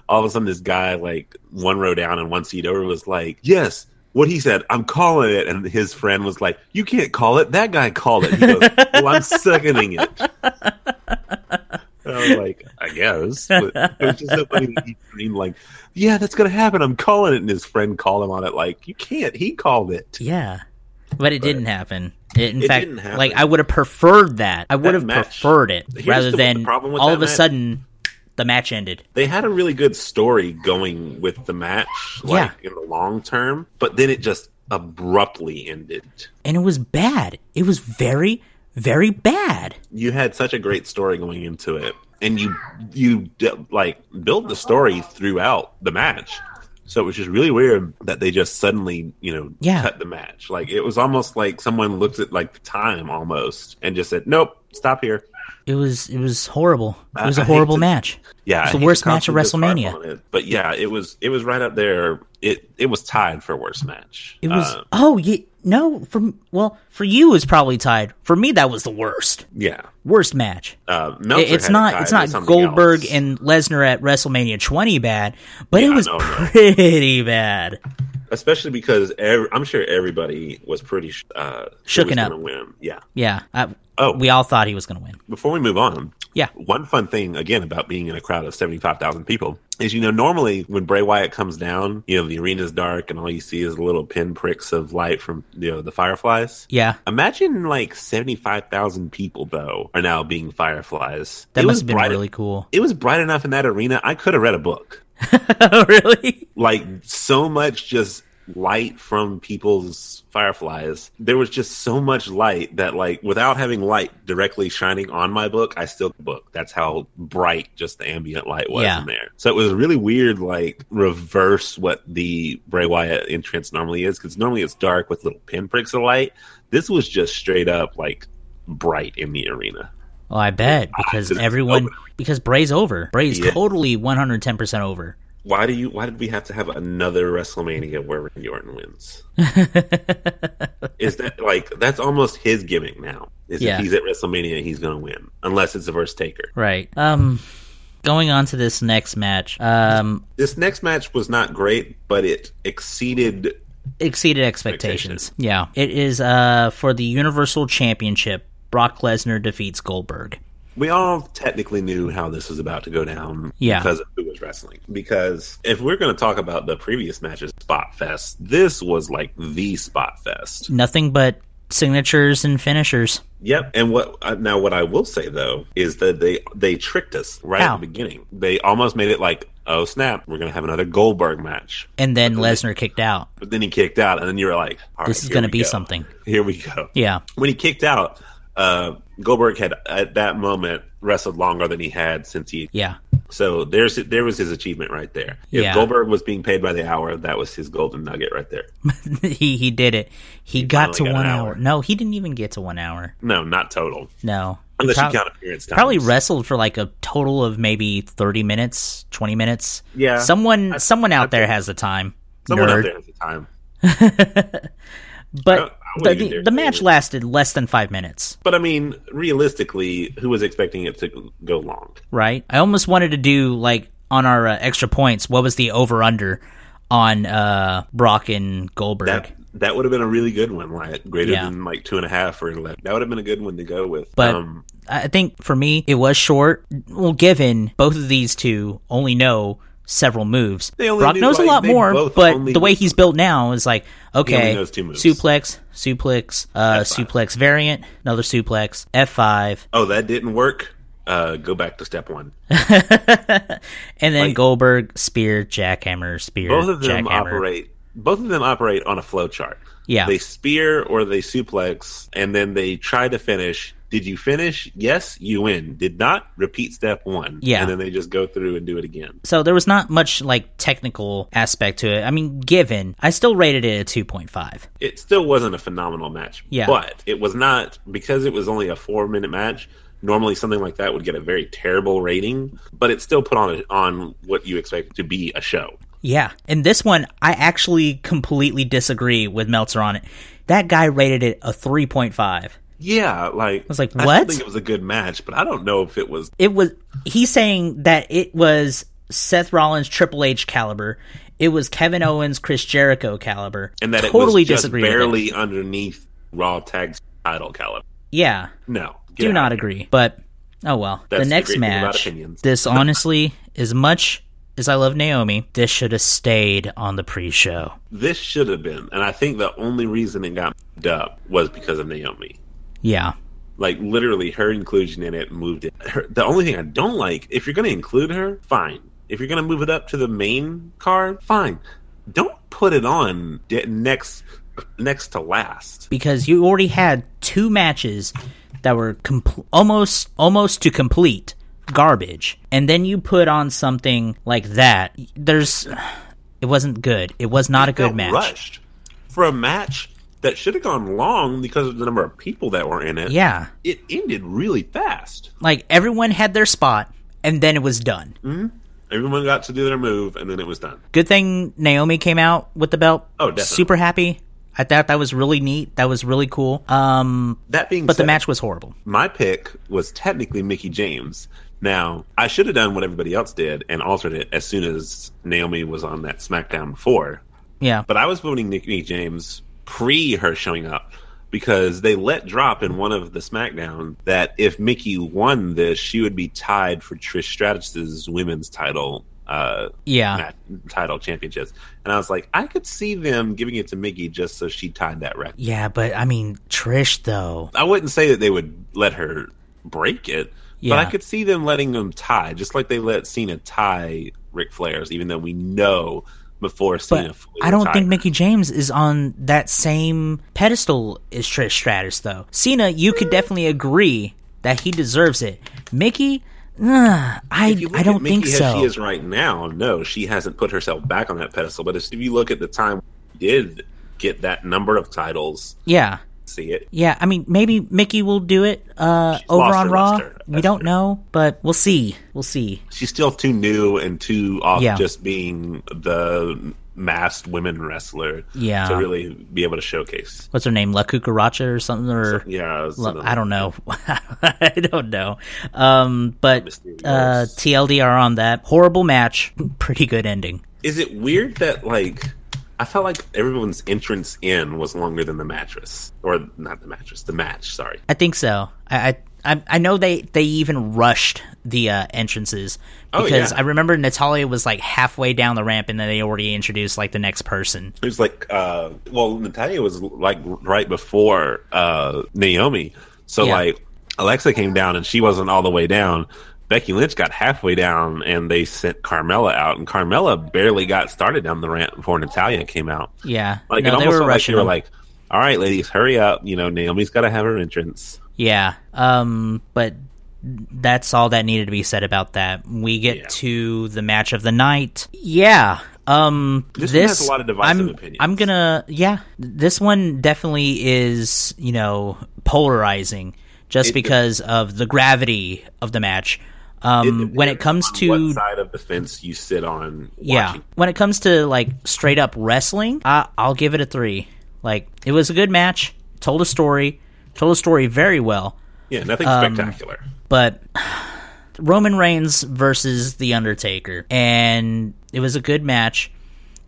Speaker 2: All of a sudden, this guy like one row down and one seat over was like, "Yes." What he said, I'm calling it, and his friend was like, "You can't call it. That guy called it." He goes, "Well, I'm seconding it." And I was like, I guess. But it was just so funny that he screamed like, Yeah, that's gonna happen. I'm calling it and his friend called him on it like, You can't, he called it.
Speaker 1: Yeah. But it didn't happen. It, in
Speaker 2: It
Speaker 1: fact,
Speaker 2: didn't happen.
Speaker 1: like I would have preferred that. I would have
Speaker 2: match-
Speaker 1: preferred it
Speaker 2: Here's
Speaker 1: rather
Speaker 2: the- the
Speaker 1: than
Speaker 2: problem with
Speaker 1: all
Speaker 2: that
Speaker 1: of a
Speaker 2: match-
Speaker 1: sudden the match ended.
Speaker 2: They had a really good story going with the match, like in the long term, but then it just abruptly ended.
Speaker 1: And it was bad. It was very, very bad.
Speaker 2: You had such a great story going into it. And you you d- like built the story throughout the match. So it was just really weird that they just suddenly, you know,
Speaker 1: Yeah.
Speaker 2: cut the match. Like it was almost like someone looked at like the time almost and just said, "Nope, stop here."
Speaker 1: It was it was horrible. It
Speaker 2: I-
Speaker 1: was a
Speaker 2: I hate
Speaker 1: horrible
Speaker 2: to-
Speaker 1: match.
Speaker 2: Yeah,
Speaker 1: It's
Speaker 2: I
Speaker 1: the
Speaker 2: hate to
Speaker 1: worst match of
Speaker 2: constantly just
Speaker 1: WrestleMania.
Speaker 2: harp on it, but yeah, it was it was right up there. It it was tied for worst match.
Speaker 1: It was
Speaker 2: Uh,
Speaker 1: oh yeah, no for well for you it was probably tied. For me that was the worst
Speaker 2: yeah.
Speaker 1: worst match.
Speaker 2: Uh,
Speaker 1: It-
Speaker 2: Meltzer
Speaker 1: it's
Speaker 2: had it
Speaker 1: not
Speaker 2: tied
Speaker 1: it's
Speaker 2: with
Speaker 1: not
Speaker 2: something
Speaker 1: Goldberg
Speaker 2: else.
Speaker 1: and Lesnar at WrestleMania 20 bad, but it
Speaker 2: Yeah,
Speaker 1: was
Speaker 2: no, no.
Speaker 1: pretty bad.
Speaker 2: especially because ev- I'm sure everybody was pretty sh- uh,
Speaker 1: Shooken
Speaker 2: who was
Speaker 1: up.
Speaker 2: gonna Win. Yeah.
Speaker 1: Yeah, I,
Speaker 2: Oh.
Speaker 1: we all thought he was going to win.
Speaker 2: Before we move on,
Speaker 1: Yeah.
Speaker 2: One fun thing again about being in a crowd of seventy five thousand people is you know normally when Bray Wyatt comes down, you know the arena's dark and all you see is the little pinpricks of light from you know the fireflies.
Speaker 1: Yeah,
Speaker 2: Imagine like seventy five thousand people though are now being fireflies.
Speaker 1: that
Speaker 2: It
Speaker 1: must
Speaker 2: was
Speaker 1: have been
Speaker 2: bright-
Speaker 1: really cool.
Speaker 2: It was bright enough in that arena. I could have read a book.
Speaker 1: really?
Speaker 2: Like so much just light from people's fireflies. There was just so much light that like without having light directly shining on my book, I still could book. That's how bright just the ambient light was
Speaker 1: Yeah.
Speaker 2: in there. So it was really weird like reverse what the Bray Wyatt entrance normally is cuz normally it's dark with little pinpricks of light. This was just straight up like bright in the arena.
Speaker 1: Well, I bet because
Speaker 2: Because it's
Speaker 1: everyone
Speaker 2: over.
Speaker 1: because Bray's over. Bray's
Speaker 2: Yeah.
Speaker 1: totally one hundred ten percent over.
Speaker 2: Why do you? Why did we have to have another WrestleMania where Randy Orton wins? Is that like that's almost his gimmick now? Is
Speaker 1: Yeah.
Speaker 2: if he's at WrestleMania, he's going to win unless it's a verse taker.
Speaker 1: Right. Um, going on to this next match, um,
Speaker 2: This next match was not great, but it exceeded.
Speaker 1: exceeded expectations. Yeah, it is uh for the Universal Championship. Brock Lesnar defeats Goldberg.
Speaker 2: We all technically knew how this was about to go down
Speaker 1: Yeah.
Speaker 2: because of who was wrestling. Because if we're going to talk about the previous matches, Spot Fest, this was like the Spot Fest.
Speaker 1: Nothing but signatures and finishers.
Speaker 2: Yep. And what uh, now? What I will say though is that they they tricked us right
Speaker 1: How?
Speaker 2: at the beginning. They almost made it like, oh snap, we're gonna have another Goldberg match.
Speaker 1: And then Lesnar kicked out.
Speaker 2: But then he kicked out, and then you were like, All right,
Speaker 1: This is
Speaker 2: here
Speaker 1: going to
Speaker 2: we
Speaker 1: be
Speaker 2: go.
Speaker 1: something.
Speaker 2: Here we go.
Speaker 1: Yeah.
Speaker 2: When he kicked out, uh, Goldberg had at that moment wrestled longer than he had since he.
Speaker 1: Yeah.
Speaker 2: So there's there was his achievement right there. If
Speaker 1: Yeah.
Speaker 2: Goldberg was being paid by the hour, that was his golden nugget right there.
Speaker 1: he he did it. He, got
Speaker 2: finally
Speaker 1: to
Speaker 2: got an
Speaker 1: one
Speaker 2: hour.
Speaker 1: hour. No, he didn't even get to one hour.
Speaker 2: No, not total.
Speaker 1: No.
Speaker 2: Unless
Speaker 1: Prob-
Speaker 2: you count appearance time.
Speaker 1: probably wrestled for like a total of maybe 30 minutes 20 minutes
Speaker 2: Yeah.
Speaker 1: someone someone out there
Speaker 2: think-
Speaker 1: has the time
Speaker 2: someone out
Speaker 1: nerd.
Speaker 2: there at the time. I don't-
Speaker 1: but
Speaker 2: I
Speaker 1: the,
Speaker 2: wouldn't even
Speaker 1: the,
Speaker 2: dare
Speaker 1: the
Speaker 2: say
Speaker 1: match
Speaker 2: it.
Speaker 1: lasted less than five minutes
Speaker 2: But I mean, realistically, who was expecting it to go long?
Speaker 1: right i almost wanted to do like on our uh, extra points what was the over under on uh brock and goldberg
Speaker 2: That that would have been a really good one, like greater
Speaker 1: Yeah.
Speaker 2: than like two and a half or eleven. That would have been a good one to go with.
Speaker 1: But-
Speaker 2: um,
Speaker 1: I I think for me it was short. Well, given both of these two only know several moves,
Speaker 2: They only
Speaker 1: Brock
Speaker 2: knew,
Speaker 1: knows a
Speaker 2: like,
Speaker 1: lot
Speaker 2: they
Speaker 1: more.
Speaker 2: both
Speaker 1: But
Speaker 2: only
Speaker 1: the way
Speaker 2: knew-
Speaker 1: he's built now is like okay,
Speaker 2: knows two moves.
Speaker 1: suplex, suplex, uh, suplex variant, another suplex, F five,
Speaker 2: oh, that didn't work. Uh, go back to step one.
Speaker 1: and then Goldberg spear, jackhammer, spear,
Speaker 2: Both of them
Speaker 1: jackhammer.
Speaker 2: operate. Both of them operate on a flow chart.
Speaker 1: Yeah.
Speaker 2: They spear or they suplex, and then they try to finish. Did you finish? Yes, you win. Did not? Repeat step one.
Speaker 1: Yeah.
Speaker 2: And then they just go through and do it again.
Speaker 1: So there was not much like technical aspect to it. I mean, given I still rated it a two point five.
Speaker 2: it still wasn't a phenomenal match.
Speaker 1: Yeah.
Speaker 2: But it was not because it was only a four minute match. Normally, something like that would get a very terrible rating, but it still put on on what you expect to be a show.
Speaker 1: Yeah. And this one, I actually completely disagree with Meltzer on it. That guy rated it a 3.5.
Speaker 2: Yeah, like I
Speaker 1: was like,
Speaker 2: I still
Speaker 1: "What?"
Speaker 2: think it was a good match, but I don't know if it was.
Speaker 1: It was, he's saying that it was Seth Rollins Triple H caliber. It was Kevin Owens Chris Jericho caliber.
Speaker 2: And that
Speaker 1: totally
Speaker 2: it was just
Speaker 1: disagree with it.
Speaker 2: barely underneath Raw Tag's title caliber.
Speaker 1: Yeah.
Speaker 2: No,
Speaker 1: Do
Speaker 2: get out
Speaker 1: not
Speaker 2: of here.
Speaker 1: agree. But oh well.
Speaker 2: That's
Speaker 1: the
Speaker 2: the
Speaker 1: next
Speaker 2: great thing about
Speaker 1: match.
Speaker 2: opinions.
Speaker 1: This honestly, as much as I love Naomi, this should have stayed on the pre show.
Speaker 2: This should have been, and I think the only reason it got moved up was because of Naomi.
Speaker 1: Yeah.
Speaker 2: like literally her inclusion in it moved it. Her, the only thing I don't like, if you're going to include her, fine. If you're going to move it up to the main card, fine. Don't put it on de- next next to last.
Speaker 1: because you already had two matches that were compl- almost almost to complete garbage and then you put on something like that there's it wasn't good it was not a good
Speaker 2: Felt
Speaker 1: match
Speaker 2: Rushed for a match that should have gone long because of the number of people that were in it.
Speaker 1: yeah
Speaker 2: It ended really fast.
Speaker 1: like everyone had their spot and then it was done
Speaker 2: Mm-hmm. Everyone got to do their move and then it was done.
Speaker 1: good thing naomi came out with the belt
Speaker 2: Oh, definitely.
Speaker 1: super happy i thought that was really neat that was really cool um
Speaker 2: That being
Speaker 1: but the
Speaker 2: said,
Speaker 1: match was horrible
Speaker 2: my pick was technically Mickey James. Now, I should have done what everybody else did and altered it as soon as Naomi was on that SmackDown before.
Speaker 1: yeah
Speaker 2: But I was voting Mickey James pre her showing up because they let drop in one of the SmackDown that if Mickey won this, she would be tied for Trish Stratus's women's title. Uh,
Speaker 1: yeah
Speaker 2: mat- title championships, and I was like, I could see them giving it to Mickey just so she tied that record.
Speaker 1: yeah but i mean trish though
Speaker 2: I wouldn't say that they would let her break it,
Speaker 1: Yeah.
Speaker 2: but I could see them letting them tie, just like they let Cena tie Ric Flair's, even though we know before Cena.
Speaker 1: But
Speaker 2: fully
Speaker 1: I don't
Speaker 2: retired.
Speaker 1: think Mickey James is on that same pedestal as Trish Stratus, though. Cena, you
Speaker 2: Mm.
Speaker 1: could definitely agree that he deserves it. Mickey, ugh,
Speaker 2: If
Speaker 1: I
Speaker 2: you look
Speaker 1: I
Speaker 2: at
Speaker 1: don't
Speaker 2: Mickey
Speaker 1: think
Speaker 2: as
Speaker 1: so.
Speaker 2: She is right now. No, she hasn't put herself back on that pedestal. But if you look at the time, she did get that number of titles.
Speaker 1: yeah,
Speaker 2: See it.
Speaker 1: yeah. I mean, maybe Mickey will do it uh, over
Speaker 2: lost
Speaker 1: on
Speaker 2: her
Speaker 1: Raw.
Speaker 2: luster.
Speaker 1: We
Speaker 2: That's
Speaker 1: don't
Speaker 2: true.
Speaker 1: know, but we'll see. We'll see.
Speaker 2: She's still too new and too off
Speaker 1: Yeah.
Speaker 2: just being the masked women wrestler
Speaker 1: Yeah.
Speaker 2: to really be able to showcase.
Speaker 1: What's her name? La Cucaracha or something, or
Speaker 2: Yeah, something
Speaker 1: I don't know. I don't know. Um, but
Speaker 2: Mysterious.
Speaker 1: uh, TLDR on that horrible match, pretty good ending.
Speaker 2: is it weird that like I felt like everyone's entrance in was longer than the mattress, or not the mattress, the match. Sorry,
Speaker 1: I think so. I I- I I know they they even rushed the uh, entrances
Speaker 2: Oh,
Speaker 1: because
Speaker 2: yeah.
Speaker 1: I remember Natalia was like halfway down the ramp and then they already introduced like the next person.
Speaker 2: it was like uh, well, Natalia was like right before uh, Naomi, So
Speaker 1: Yeah.
Speaker 2: like Alexa came down and she wasn't all the way down. Becky Lynch got halfway down and they sent Carmella out, and Carmella barely got started down the ramp before Natalia came out.
Speaker 1: Yeah,
Speaker 2: Like it
Speaker 1: no, they were
Speaker 2: almost felt like they
Speaker 1: rushing.
Speaker 2: were
Speaker 1: him.
Speaker 2: like, "All right, ladies, hurry up! You know Naomi's got to have her entrance."
Speaker 1: yeah, um, but that's all that needed to be said about that. We get
Speaker 2: Yeah.
Speaker 1: to the match of the night. Yeah. Um,
Speaker 2: This
Speaker 1: this,
Speaker 2: one has a lot of divisive
Speaker 1: I'm,
Speaker 2: opinions.
Speaker 1: I'm gonna, yeah, this one definitely is, you know, polarizing just
Speaker 2: It-
Speaker 1: because of the gravity of the match. Um, when it comes
Speaker 2: depends on
Speaker 1: to
Speaker 2: what side of the fence you sit on,
Speaker 1: yeah
Speaker 2: watching.
Speaker 1: when it comes to like straight up wrestling I, i'll give it a three like it was a good match told a story told a story very well
Speaker 2: yeah, nothing
Speaker 1: Um,
Speaker 2: spectacular.
Speaker 1: but roman reigns versus the undertaker and it was a good match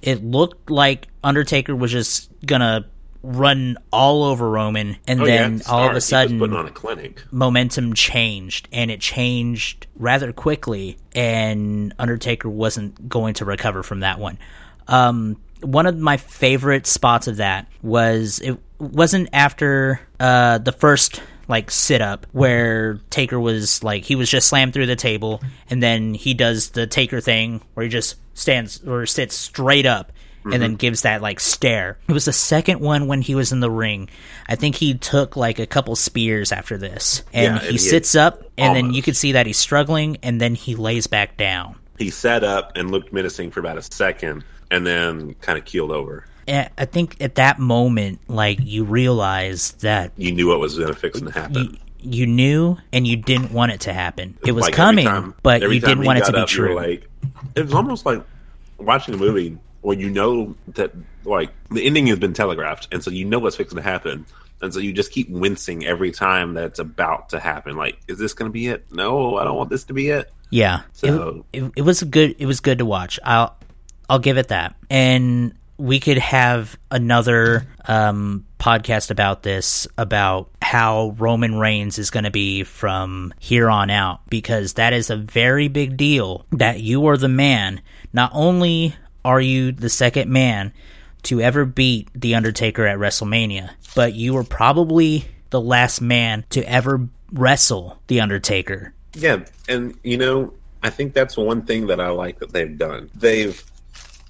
Speaker 1: it looked like undertaker was just gonna run all over roman and
Speaker 2: Oh, yeah,
Speaker 1: then
Speaker 2: at the
Speaker 1: all of a
Speaker 2: start, he
Speaker 1: sudden
Speaker 2: was putting on a clinic.
Speaker 1: momentum changed and it changed rather quickly and undertaker wasn't going to recover from that one um, one of my favorite spots of that was it wasn't after uh, the first like sit up where taker was like he was just slammed through the table and then he does the taker thing where he just stands or sits straight up and
Speaker 2: Mm-hmm.
Speaker 1: then gives that like stare. It was the second one when he was in the ring. I think he took like a couple spears after this, and
Speaker 2: Yeah,
Speaker 1: he
Speaker 2: and he-
Speaker 1: sits up, and then you
Speaker 2: almost.
Speaker 1: can see that he's struggling, and then he lays back down.
Speaker 2: He sat up and looked menacing for about a second, and then kind of keeled over.
Speaker 1: And I think at that moment, like you realize that
Speaker 2: You knew what was going to fixing to happen.
Speaker 1: you, you knew and you didn't want it to happen. It was
Speaker 2: Like, every
Speaker 1: coming,
Speaker 2: time-
Speaker 1: but
Speaker 2: every
Speaker 1: you
Speaker 2: time
Speaker 1: didn't
Speaker 2: he
Speaker 1: want it
Speaker 2: got
Speaker 1: to be
Speaker 2: up, you were
Speaker 1: true.
Speaker 2: Like it was almost like watching a movie where you know that like the ending has been telegraphed, and so you know what's fixing to happen, and so you just keep wincing every time that's about to happen. Like, is this going to be it? No, I don't want this to be it.
Speaker 1: yeah,
Speaker 2: So
Speaker 1: it, it was a good it was good to watch i'll i'll give it that and we could have another um podcast about this about how roman reigns is going to be from here on out because that is a very big deal that you are the man not only are you the second man to ever beat the undertaker at wrestlemania but you were probably the last man to ever wrestle the undertaker
Speaker 2: Yeah, and you know, I think that's one thing that I like that they've done. They've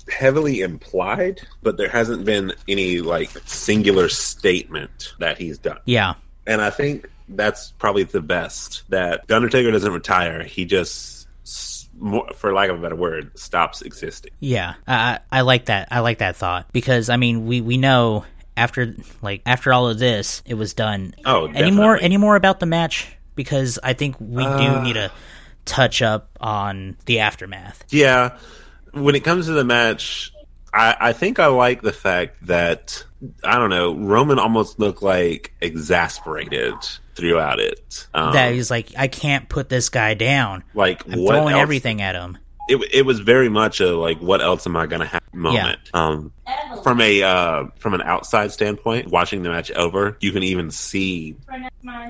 Speaker 2: heavily implied, but there hasn't been any like singular statement that he's done.
Speaker 1: yeah
Speaker 2: And I think that's probably the best that The Undertaker doesn't retire. He just s- more, for lack of a better word, stops existing.
Speaker 1: Yeah, I I I like that. I like that thought because I mean we we know after like after all of this, it was done.
Speaker 2: Oh,
Speaker 1: any more
Speaker 2: definitely.
Speaker 1: any more about the match because I think we
Speaker 2: Uh.
Speaker 1: do need a touch up on the aftermath.
Speaker 2: Yeah. When it comes to the match, I, I think I like the fact that I don't know, Roman almost looked like exasperated throughout it. Um,
Speaker 1: that he's like, I can't put this guy down.
Speaker 2: like
Speaker 1: I'm
Speaker 2: what
Speaker 1: throwing
Speaker 2: else-
Speaker 1: everything at him.
Speaker 2: It, it was very much a like what else am I gonna have moment. Um, from a uh, from an outside standpoint, watching the match over, you can even see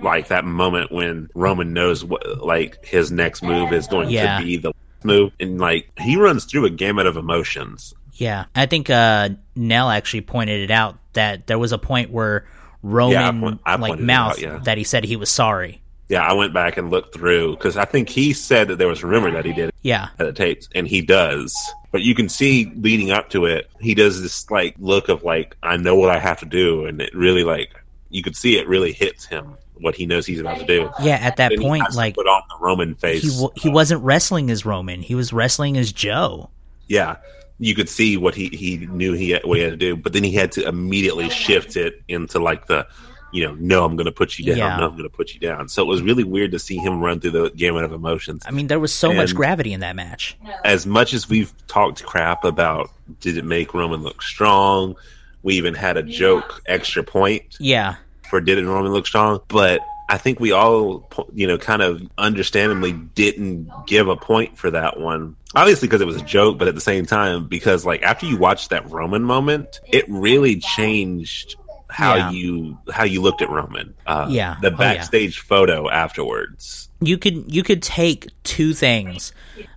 Speaker 2: like that moment when Roman knows what like his next move is going
Speaker 1: Yeah.
Speaker 2: to be the move, and like he runs through a gamut of emotions.
Speaker 1: Yeah, I think uh, Nell actually pointed it out that there was a point where Roman
Speaker 2: point- I
Speaker 1: like
Speaker 2: pointed it
Speaker 1: mouth
Speaker 2: out, yeah.
Speaker 1: that he said he was sorry.
Speaker 2: Yeah, I went back and looked through because I think he said that there was a rumor that he did
Speaker 1: Yeah,
Speaker 2: at the tapes, and he does. But you can see leading up to it, he does this like look of like I know what I have to do, and it really like you could see it really hits him what he knows he's about to do.
Speaker 1: yeah. At that
Speaker 2: Then he
Speaker 1: point,
Speaker 2: has to
Speaker 1: like
Speaker 2: put on the Roman face.
Speaker 1: he w- he wasn't wrestling as Roman. He was wrestling as Joe.
Speaker 2: yeah, you could see what he he knew he had, what he had to do, but then he had to immediately shift it into like the. You know, no, I'm going to put you down.
Speaker 1: Yeah.
Speaker 2: No, I'm going to put you down. So it was really weird to see him run through the gamut of emotions.
Speaker 1: I mean, there was so much
Speaker 2: And-
Speaker 1: gravity in that match.
Speaker 2: as much as we've talked crap about did it make Roman look strong, we even had a joke extra point
Speaker 1: Yeah,
Speaker 2: for did it Roman look strong, but I think we all you know kind of understandably didn't give a point for that one. Obviously because it was a joke, but at the same time because like after you watch that Roman moment, it really changed how
Speaker 1: Yeah.
Speaker 2: you how you looked at Roman. Uh,
Speaker 1: Yeah.
Speaker 2: the
Speaker 1: Oh, yeah.
Speaker 2: backstage photo afterwards.
Speaker 1: you could you could take two things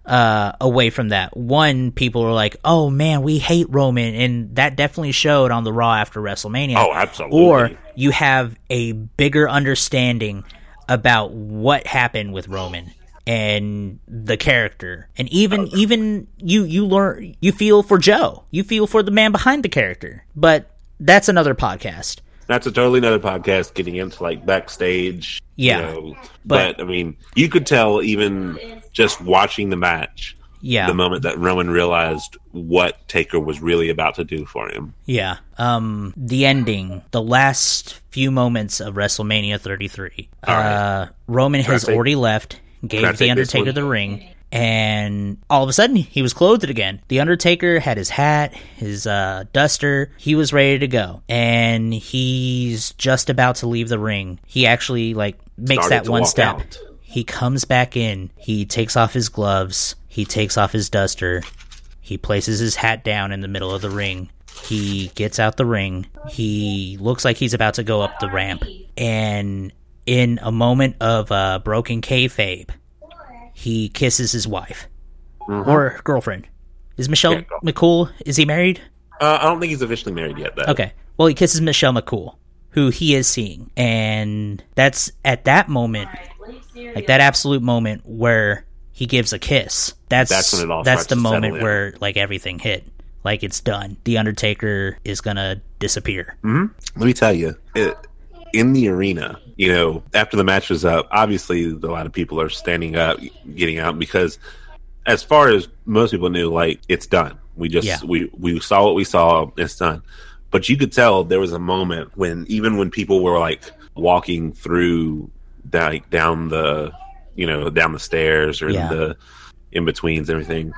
Speaker 1: uh, away from that. One, people were like, "Oh man, we hate Roman," and that definitely showed on the Raw after WrestleMania.
Speaker 2: Oh, absolutely.
Speaker 1: Or you have a bigger understanding about what happened with Roman and the character, and
Speaker 2: Oh.
Speaker 1: even even you you learn you feel for Joe, you feel for the man behind the character. But that's another podcast.
Speaker 2: That's a totally another podcast getting into like backstage. you
Speaker 1: Yeah.
Speaker 2: know.
Speaker 1: But-
Speaker 2: but, I mean, you could tell even just watching the match,
Speaker 1: Yeah.
Speaker 2: the moment that Roman realized what Taker was really about to do for him.
Speaker 1: Yeah. Um the ending, the last few moments of WrestleMania 33.
Speaker 2: All right.
Speaker 1: Uh Roman has
Speaker 2: take-
Speaker 1: already left,
Speaker 2: I
Speaker 1: gave the
Speaker 2: take this
Speaker 1: Undertaker
Speaker 2: one?
Speaker 1: the ring, and all of a sudden he was clothed again. The Undertaker had his hat, his uh duster, he was ready to go. And he's just about to leave the ring. He actually like makes
Speaker 2: Started
Speaker 1: that
Speaker 2: to
Speaker 1: one
Speaker 2: walk
Speaker 1: step.
Speaker 2: out.
Speaker 1: He comes back in. He takes off his gloves. He takes off his duster. He places his hat down in the middle of the ring. He gets out the ring. He looks like he's about to go up the ramp. And in a moment of uh, broken kayfabe, he kisses his wife or girlfriend. Is Michelle
Speaker 2: Mm-hmm. Yeah, girl.
Speaker 1: McCool? Is he married?
Speaker 2: Uh, I don't think he's officially married yet, though.
Speaker 1: Okay. Well, he kisses Michelle McCool, who he is seeing, and that's at that moment, like that absolute moment where he gives a kiss. That's
Speaker 2: That's when it all
Speaker 1: that's
Speaker 2: starts
Speaker 1: the
Speaker 2: to settle
Speaker 1: moment
Speaker 2: in.
Speaker 1: where like everything hit. Like it's done. The Undertaker is gonna disappear.
Speaker 2: Let me tell you, it, in the arena, you know, after the match was up, obviously a lot of people are standing up, getting out because, as far as most people knew, like it's done. We just
Speaker 1: Yeah.
Speaker 2: we we saw what we saw. It's done. But you could tell there was a moment when even when people were like walking through, like down the, you know, down the stairs or
Speaker 1: Yeah.
Speaker 2: the in betweens, everything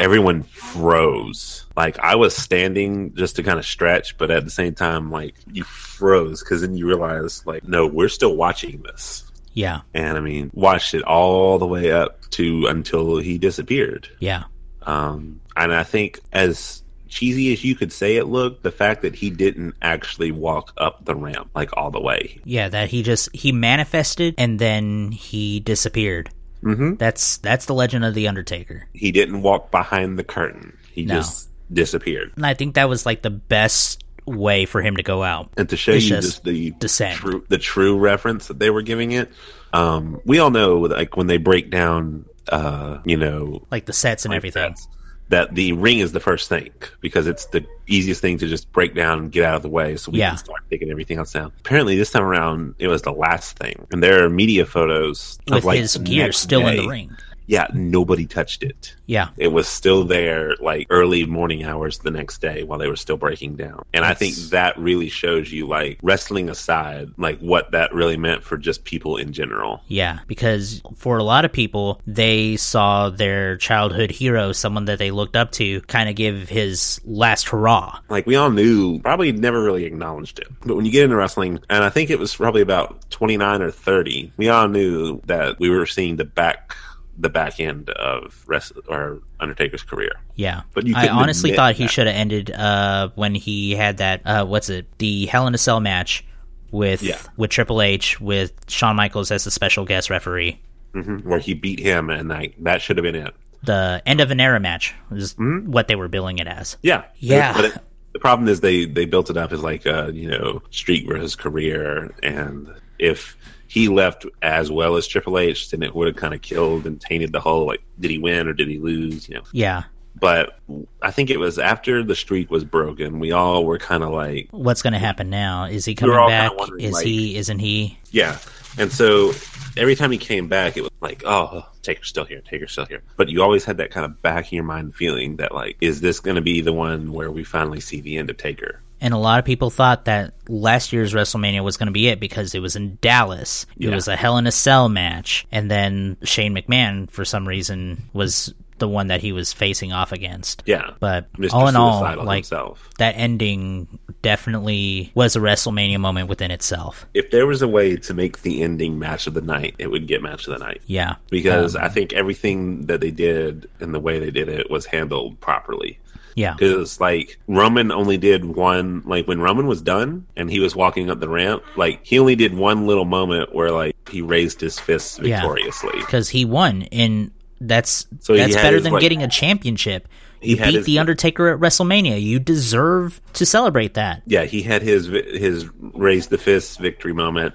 Speaker 2: everyone froze. Like I was standing just to kind of stretch, but at the same time, like you froze because then you realize, like, no, we're still watching this.
Speaker 1: Yeah,
Speaker 2: And I mean, watched it all the way up to until he disappeared.
Speaker 1: yeah,
Speaker 2: Um, and I think as cheesy as you could say it looked, the fact that he didn't actually walk up the ramp like all the way.
Speaker 1: yeah. That he just he manifested and then he disappeared.
Speaker 2: Mm-hmm.
Speaker 1: That's that's the legend of the Undertaker.
Speaker 2: He didn't walk behind the curtain. He
Speaker 1: No.
Speaker 2: just disappeared.
Speaker 1: And I think that was like the best way for him to go out.
Speaker 2: and to show
Speaker 1: It's
Speaker 2: you
Speaker 1: just
Speaker 2: just, the
Speaker 1: descent.
Speaker 2: true the true reference that they were giving it um we all know like when they break down uh you know
Speaker 1: Like the sets and everything.
Speaker 2: that's- that the ring is the first thing because it's the easiest thing to just break down and get out of the way so we
Speaker 1: Yeah.
Speaker 2: can start taking everything else down apparently this time around it was the last thing and there are media photos
Speaker 1: With
Speaker 2: of like
Speaker 1: his
Speaker 2: the
Speaker 1: gear
Speaker 2: next
Speaker 1: still in
Speaker 2: day.
Speaker 1: the ring.
Speaker 2: yeah nobody touched it
Speaker 1: Yeah.
Speaker 2: it was still there like early morning hours the next day while they were still breaking down and i think
Speaker 1: That's-
Speaker 2: that really shows you like wrestling aside like what that really meant for just people in general
Speaker 1: Yeah, because for a lot of people, they saw their childhood hero, someone that they looked up to, kind of give his last hurrah.
Speaker 2: like we all knew probably never really acknowledged it but when you get into wrestling and i think it was probably about 29 or 30 we all knew that we were seeing the back the back end of rest or undertaker's career
Speaker 1: Yeah.
Speaker 2: But you
Speaker 1: I
Speaker 2: couldn't
Speaker 1: honestly
Speaker 2: admit
Speaker 1: thought he
Speaker 2: that.
Speaker 1: should have ended uh, when he had that, uh, what's it, the Hell in a Cell match with,
Speaker 2: Yeah.
Speaker 1: with Triple H, with Shawn Michaels as the special guest referee.
Speaker 2: hmm where he beat him and like that should have been it
Speaker 1: The end of an era match is
Speaker 2: Hmm?
Speaker 1: what they were billing it as.
Speaker 2: Yeah.
Speaker 1: Yeah.
Speaker 2: But it, the problem is they they built it up as like uh, you know, streak versus career and if he left as well as Triple H, then it would have kind of killed and tainted the whole like did he win or did he lose, you know.
Speaker 1: Yeah.
Speaker 2: But I think it was after the streak was broken, we all were kind of like
Speaker 1: What's going to happen now? Is he coming
Speaker 2: all kinda
Speaker 1: back?
Speaker 2: wondering,
Speaker 1: Is
Speaker 2: like-
Speaker 1: he, isn't he?
Speaker 2: Yeah. And so every time he came back, it was like, oh, Taker's still here, Taker's still here. But you always had that kind of back in your mind feeling that, like, is this going to be the one where we finally see the end of Taker?
Speaker 1: and a lot of people thought that last year's WrestleMania was going to be it because it was in Dallas. It
Speaker 2: Yeah.
Speaker 1: was a Hell in a Cell match, and then Shane McMahon, for some reason, was the one that he was facing off against.
Speaker 2: Yeah.
Speaker 1: But
Speaker 2: Mr.
Speaker 1: all in all,
Speaker 2: Suicidal
Speaker 1: like
Speaker 2: himself.
Speaker 1: that ending definitely was a WrestleMania moment within itself.
Speaker 2: If there was a way to make the ending match of the night, it would get match of the night.
Speaker 1: Yeah, Um,
Speaker 2: Because I think everything that they did and the way they did it was handled properly.
Speaker 1: Yeah.
Speaker 2: Because like Roman only did one like when Roman was done and he was walking up the ramp, like he only did one little moment where like he raised his fists
Speaker 1: Yeah.
Speaker 2: victoriously.
Speaker 1: because he won, and that's
Speaker 2: So he
Speaker 1: that's
Speaker 2: had
Speaker 1: better
Speaker 2: his,
Speaker 1: than
Speaker 2: like-
Speaker 1: getting a championship. You
Speaker 2: had
Speaker 1: beat
Speaker 2: his-
Speaker 1: the Undertaker at WrestleMania. You deserve to celebrate that.
Speaker 2: Yeah, he had his vi- his raise the fist victory moment.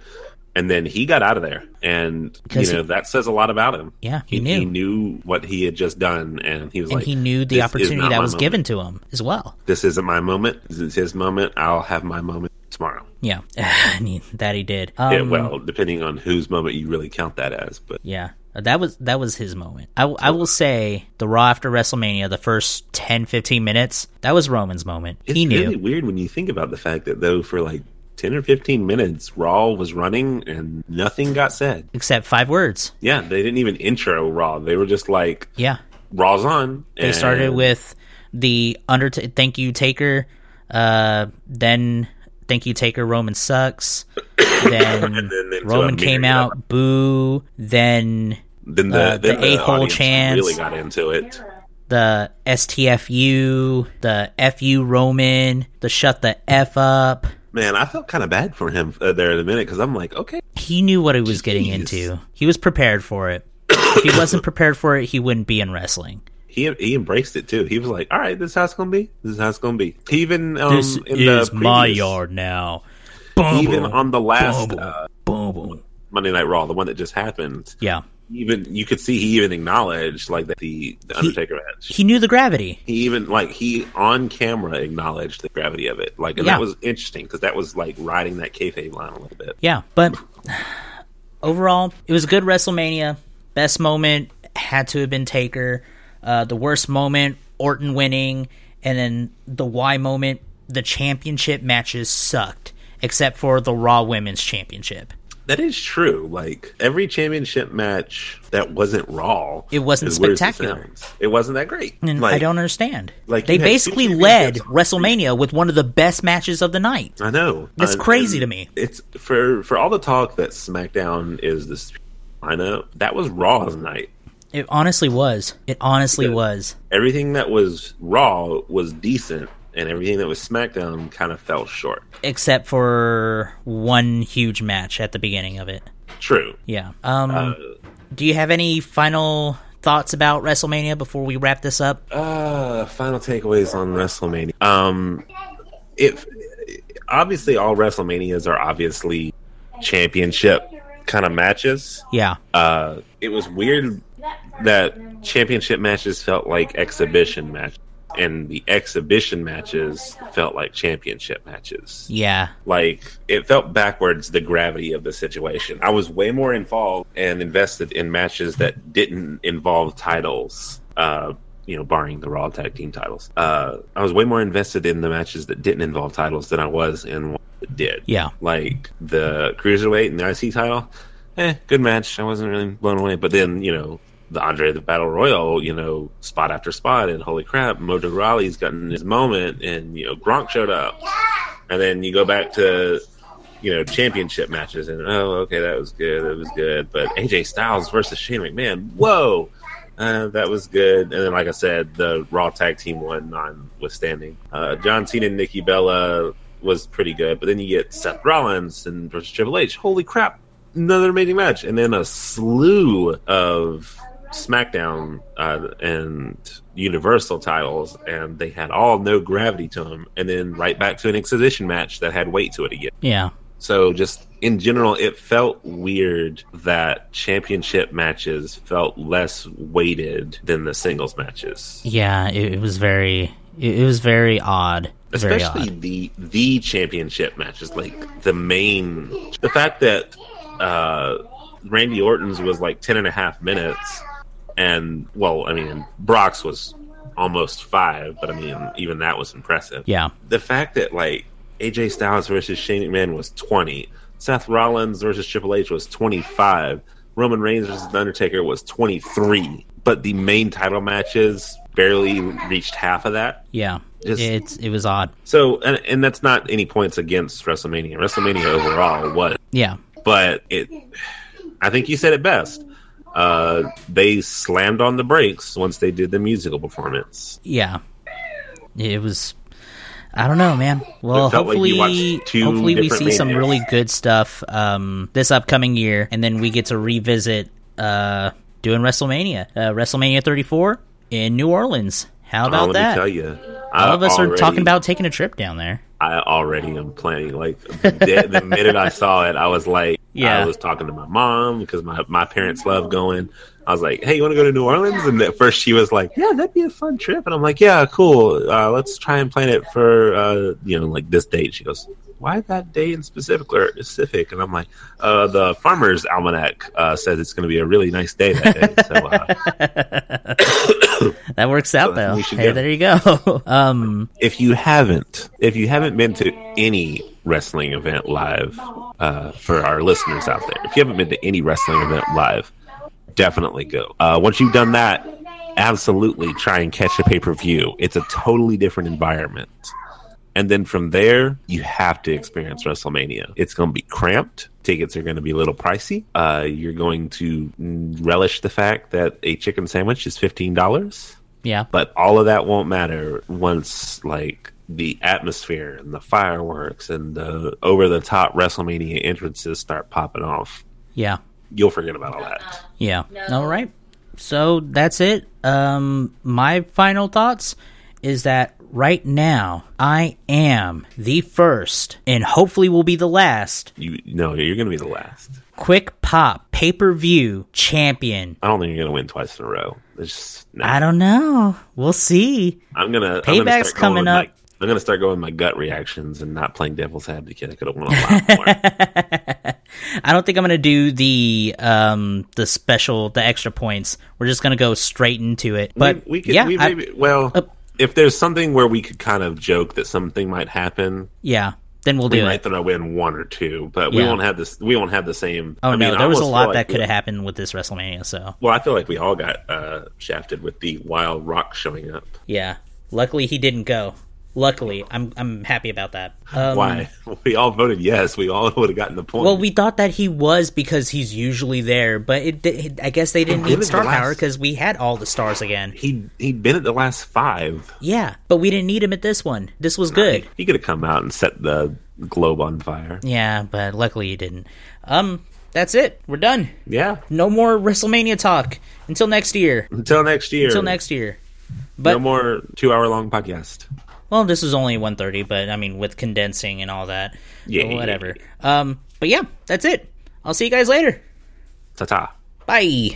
Speaker 2: And then he got out of there, and you
Speaker 1: Because
Speaker 2: know
Speaker 1: he-
Speaker 2: that says a lot about him.
Speaker 1: Yeah, he
Speaker 2: he, he
Speaker 1: knew.
Speaker 2: knew what he had just done, and he was
Speaker 1: And
Speaker 2: like,
Speaker 1: he knew the
Speaker 2: "This is
Speaker 1: opportunity
Speaker 2: not
Speaker 1: that
Speaker 2: my
Speaker 1: was
Speaker 2: moment.
Speaker 1: given to him as well.
Speaker 2: This isn't my moment. This is his moment. I'll have my moment tomorrow."
Speaker 1: Yeah, And he- that he did. Um,
Speaker 2: yeah, well, depending on whose moment you really count that as, but
Speaker 1: Yeah, that was that was his moment. I, w- I will say the Raw after WrestleMania, the first 10, 15 minutes, that was Roman's moment.
Speaker 2: it's
Speaker 1: he knew.
Speaker 2: really weird when you think about the fact that though for like ten or fifteen minutes, Raw was running and nothing got said.
Speaker 1: Except five words.
Speaker 2: Yeah, they didn't even intro Raw. They were just like
Speaker 1: Yeah.
Speaker 2: Raw's on.
Speaker 1: They started with the under thank you Taker, uh, then thank you Taker Roman sucks, then,
Speaker 2: then they-
Speaker 1: Roman
Speaker 2: so I
Speaker 1: came
Speaker 2: mean,
Speaker 1: out boo, then
Speaker 2: then the,
Speaker 1: uh,
Speaker 2: then
Speaker 1: the a-hole
Speaker 2: audience
Speaker 1: chants.
Speaker 2: really got into it.
Speaker 1: the STFU, the FU Roman, the shut the f up.
Speaker 2: Man, I felt kind of bad for him uh, there in a minute because I'm like, okay,
Speaker 1: He knew what he was getting
Speaker 2: Jeez.
Speaker 1: into. He was prepared for it. if he wasn't prepared for it, he wouldn't be in wrestling.
Speaker 2: he he embraced it too. He was like, all right, this is how it's gonna be. This is how it's gonna be. He even um,
Speaker 1: This
Speaker 2: in
Speaker 1: is
Speaker 2: the
Speaker 1: my
Speaker 2: previous-
Speaker 1: yard now. Boom,
Speaker 2: Even
Speaker 1: boom,
Speaker 2: on the last
Speaker 1: boom,
Speaker 2: uh,
Speaker 1: boom, boom.
Speaker 2: Monday Night Raw, the one that just happened,
Speaker 1: Yeah.
Speaker 2: even you could see he even acknowledged like that the, the Undertaker match.
Speaker 1: He knew the gravity.
Speaker 2: He even like he on camera acknowledged the gravity of it. Like and
Speaker 1: Yeah.
Speaker 2: that was interesting because that was like riding that kayfabe line a little bit.
Speaker 1: Yeah, but overall, it was a good WrestleMania. Best moment had to have been Taker. Uh, the worst moment, Orton winning, and then the why moment, the championship matches sucked, except for the Raw Women's Championship.
Speaker 2: That is true. Like every championship match that wasn't Raw,
Speaker 1: It wasn't
Speaker 2: as weird as it
Speaker 1: spectacular.
Speaker 2: sounds, It wasn't that great.
Speaker 1: And I don't understand.
Speaker 2: like,
Speaker 1: they
Speaker 2: you had two
Speaker 1: basically led
Speaker 2: championships on
Speaker 1: WrestleMania with one of the best matches of the night.
Speaker 2: I know
Speaker 1: That's
Speaker 2: Uh,
Speaker 1: crazy
Speaker 2: and
Speaker 1: to me.
Speaker 2: It's for for all the talk that SmackDown is this lineup. That was Raw's night.
Speaker 1: It honestly was. It honestly
Speaker 2: Yeah.
Speaker 1: was.
Speaker 2: everything that was Raw was decent, and everything that was SmackDown kind of fell short.
Speaker 1: Except for one huge match at the beginning of it.
Speaker 2: True.
Speaker 1: Yeah. Um, do you have any final thoughts about WrestleMania before we wrap this up?
Speaker 2: Uh, final takeaways on WrestleMania. Um, if obviously all WrestleManias are obviously championship kind of matches.
Speaker 1: yeah.
Speaker 2: Uh, it was weird that championship matches felt like exhibition matches. And the exhibition matches felt like championship matches.
Speaker 1: Yeah.
Speaker 2: like it felt backwards the gravity of the situation i was way more involved and invested in matches that didn't involve titles uh you know barring the raw tag team titles uh i was way more invested in the matches that didn't involve titles than i was in what it did
Speaker 1: Yeah.
Speaker 2: like the cruiserweight and the ic title eh good match i wasn't really blown away but then you know the Andre the Battle Royal, you know, spot after spot, and holy crap, Mojo Rawley's gotten his moment, and you know, Gronk showed up, and then you go back to you know championship matches and oh okay that was good that was good but AJ Styles versus Shane McMahon whoa uh, that was good and then like I said the Raw tag team one notwithstanding uh, John Cena and Nikki Bella was pretty good but then you get Seth Rollins and versus Triple H holy crap another amazing match and then a slew of SmackDown uh, and Universal titles, and they had all no gravity to them, and then right back to an exhibition match that had weight to it again.
Speaker 1: Yeah.
Speaker 2: So, just in general, it felt weird that championship matches felt less weighted than the singles matches,
Speaker 1: Yeah. It, it was very. It, it was very odd. Very
Speaker 2: especially
Speaker 1: odd.
Speaker 2: the the championship matches, like the main. The fact that uh, Randy Orton's was like 10 and a half minutes, and well, I mean, Brock's was almost five, but I mean, even that was impressive.
Speaker 1: Yeah.
Speaker 2: the fact that like AJ Styles versus Shane McMahon was 20, Seth Rollins versus Triple H was 25, Roman Reigns versus The Undertaker was 23, but the main title matches barely reached half of that.
Speaker 1: Yeah.
Speaker 2: Just-
Speaker 1: it's it was odd.
Speaker 2: So, and, and that's not any points against WrestleMania. WrestleMania overall was,
Speaker 1: Yeah.
Speaker 2: but it, I think you said it best. Uh, they slammed on the brakes once they did the musical performance.
Speaker 1: Yeah. it was I don't know, man. Well,
Speaker 2: It felt like
Speaker 1: hopefully,
Speaker 2: you watched two
Speaker 1: hopefully we see
Speaker 2: different
Speaker 1: some
Speaker 2: manias.
Speaker 1: really good stuff um, this upcoming year, and then we get to revisit uh, doing WrestleMania, uh, WrestleMania 34 in New Orleans. How
Speaker 2: Oh,
Speaker 1: about
Speaker 2: let
Speaker 1: that?
Speaker 2: me tell you,
Speaker 1: All of us are talking about taking a trip down there.
Speaker 2: I already am planning. Like the, the minute I saw it, I was like,
Speaker 1: Yeah.
Speaker 2: I was talking to my mom because my my parents love going. I was like, hey, you want to go to New Orleans? And at first she was like, yeah, that'd be a fun trip. And I'm like, yeah, cool. Uh, let's try and plan it for uh, you know like this date. She goes, why that date in specific or specific? And I'm like, uh, the Farmer's Almanac uh, says it's going to be a really nice day that day. So uh,
Speaker 1: That works out
Speaker 2: then
Speaker 1: though.
Speaker 2: we should
Speaker 1: Hey,
Speaker 2: go.
Speaker 1: there you go. um,
Speaker 2: if you haven't if you haven't been to any wrestling event live uh, for our listeners out there if you haven't been to any wrestling event live definitely go uh, once you've done that absolutely try and catch a pay-per-view it's a totally different environment and then from there you have to experience wrestlemania it's going to be cramped tickets are going to be a little pricey uh, you're going to mm, relish the fact that a chicken sandwich is $15
Speaker 1: yeah,
Speaker 2: but all of that won't matter once like the atmosphere and the fireworks and the over the top WrestleMania entrances start popping off.
Speaker 1: yeah,
Speaker 2: You'll forget about all that.
Speaker 1: yeah. All right. So that's it. Um, my final thoughts is that right now I am the first, and hopefully will be the last.
Speaker 2: You no, you're gonna be the last.
Speaker 1: Quick pop pay per view champion.
Speaker 2: I don't think you're gonna win twice in a row. It's just no.
Speaker 1: I don't know. We'll see.
Speaker 2: I'm gonna I'm gonna
Speaker 1: Payback's
Speaker 2: start
Speaker 1: coming
Speaker 2: going with
Speaker 1: up.
Speaker 2: My, I'm gonna start going with my gut reactions and not playing devil's advocate. I could have won a lot more.
Speaker 1: I don't think I'm gonna do the um the special the extra points. We're just gonna go straight into it. But
Speaker 2: we, we could
Speaker 1: yeah,
Speaker 2: we
Speaker 1: I-
Speaker 2: maybe well
Speaker 1: uh,
Speaker 2: if there's something where we could kind of joke that something might happen,
Speaker 1: yeah. Then we'll
Speaker 2: we
Speaker 1: do it.
Speaker 2: might throw in one or two, but we
Speaker 1: Yeah.
Speaker 2: won't have this. We won't have the same.
Speaker 1: Oh
Speaker 2: I
Speaker 1: no,
Speaker 2: mean, I
Speaker 1: there was a
Speaker 2: almost
Speaker 1: lot
Speaker 2: feel like
Speaker 1: that could
Speaker 2: we-
Speaker 1: have happened with this WrestleMania. So
Speaker 2: Well, I feel like we all got uh, shafted with the Wild Rock showing up.
Speaker 1: yeah, luckily he didn't go. Luckily, I'm I'm happy about that. Um,
Speaker 2: Why? We all voted yes. We all would have gotten the point.
Speaker 1: Well, we thought that he was because he's usually there, but it, di- I guess they didn't
Speaker 2: Really,
Speaker 1: need star
Speaker 2: the last-
Speaker 1: power because we had all the stars again.
Speaker 2: he he'd been at the last five.
Speaker 1: Yeah, but we didn't need him at this one. This was good.
Speaker 2: He could have come out and set the globe on fire.
Speaker 1: Yeah, but luckily he didn't. Um, that's it. We're done.
Speaker 2: Yeah.
Speaker 1: No more WrestleMania talk until next year.
Speaker 2: Until next year.
Speaker 1: Until next year.
Speaker 2: No
Speaker 1: but-
Speaker 2: more two-hour-long podcast.
Speaker 1: Well, this was only 130, but I mean with condensing and all that.
Speaker 2: Yeah,
Speaker 1: But
Speaker 2: yeah,
Speaker 1: whatever. Um, but yeah, that's it. I'll see you guys later.
Speaker 2: Ta ta.
Speaker 1: Bye.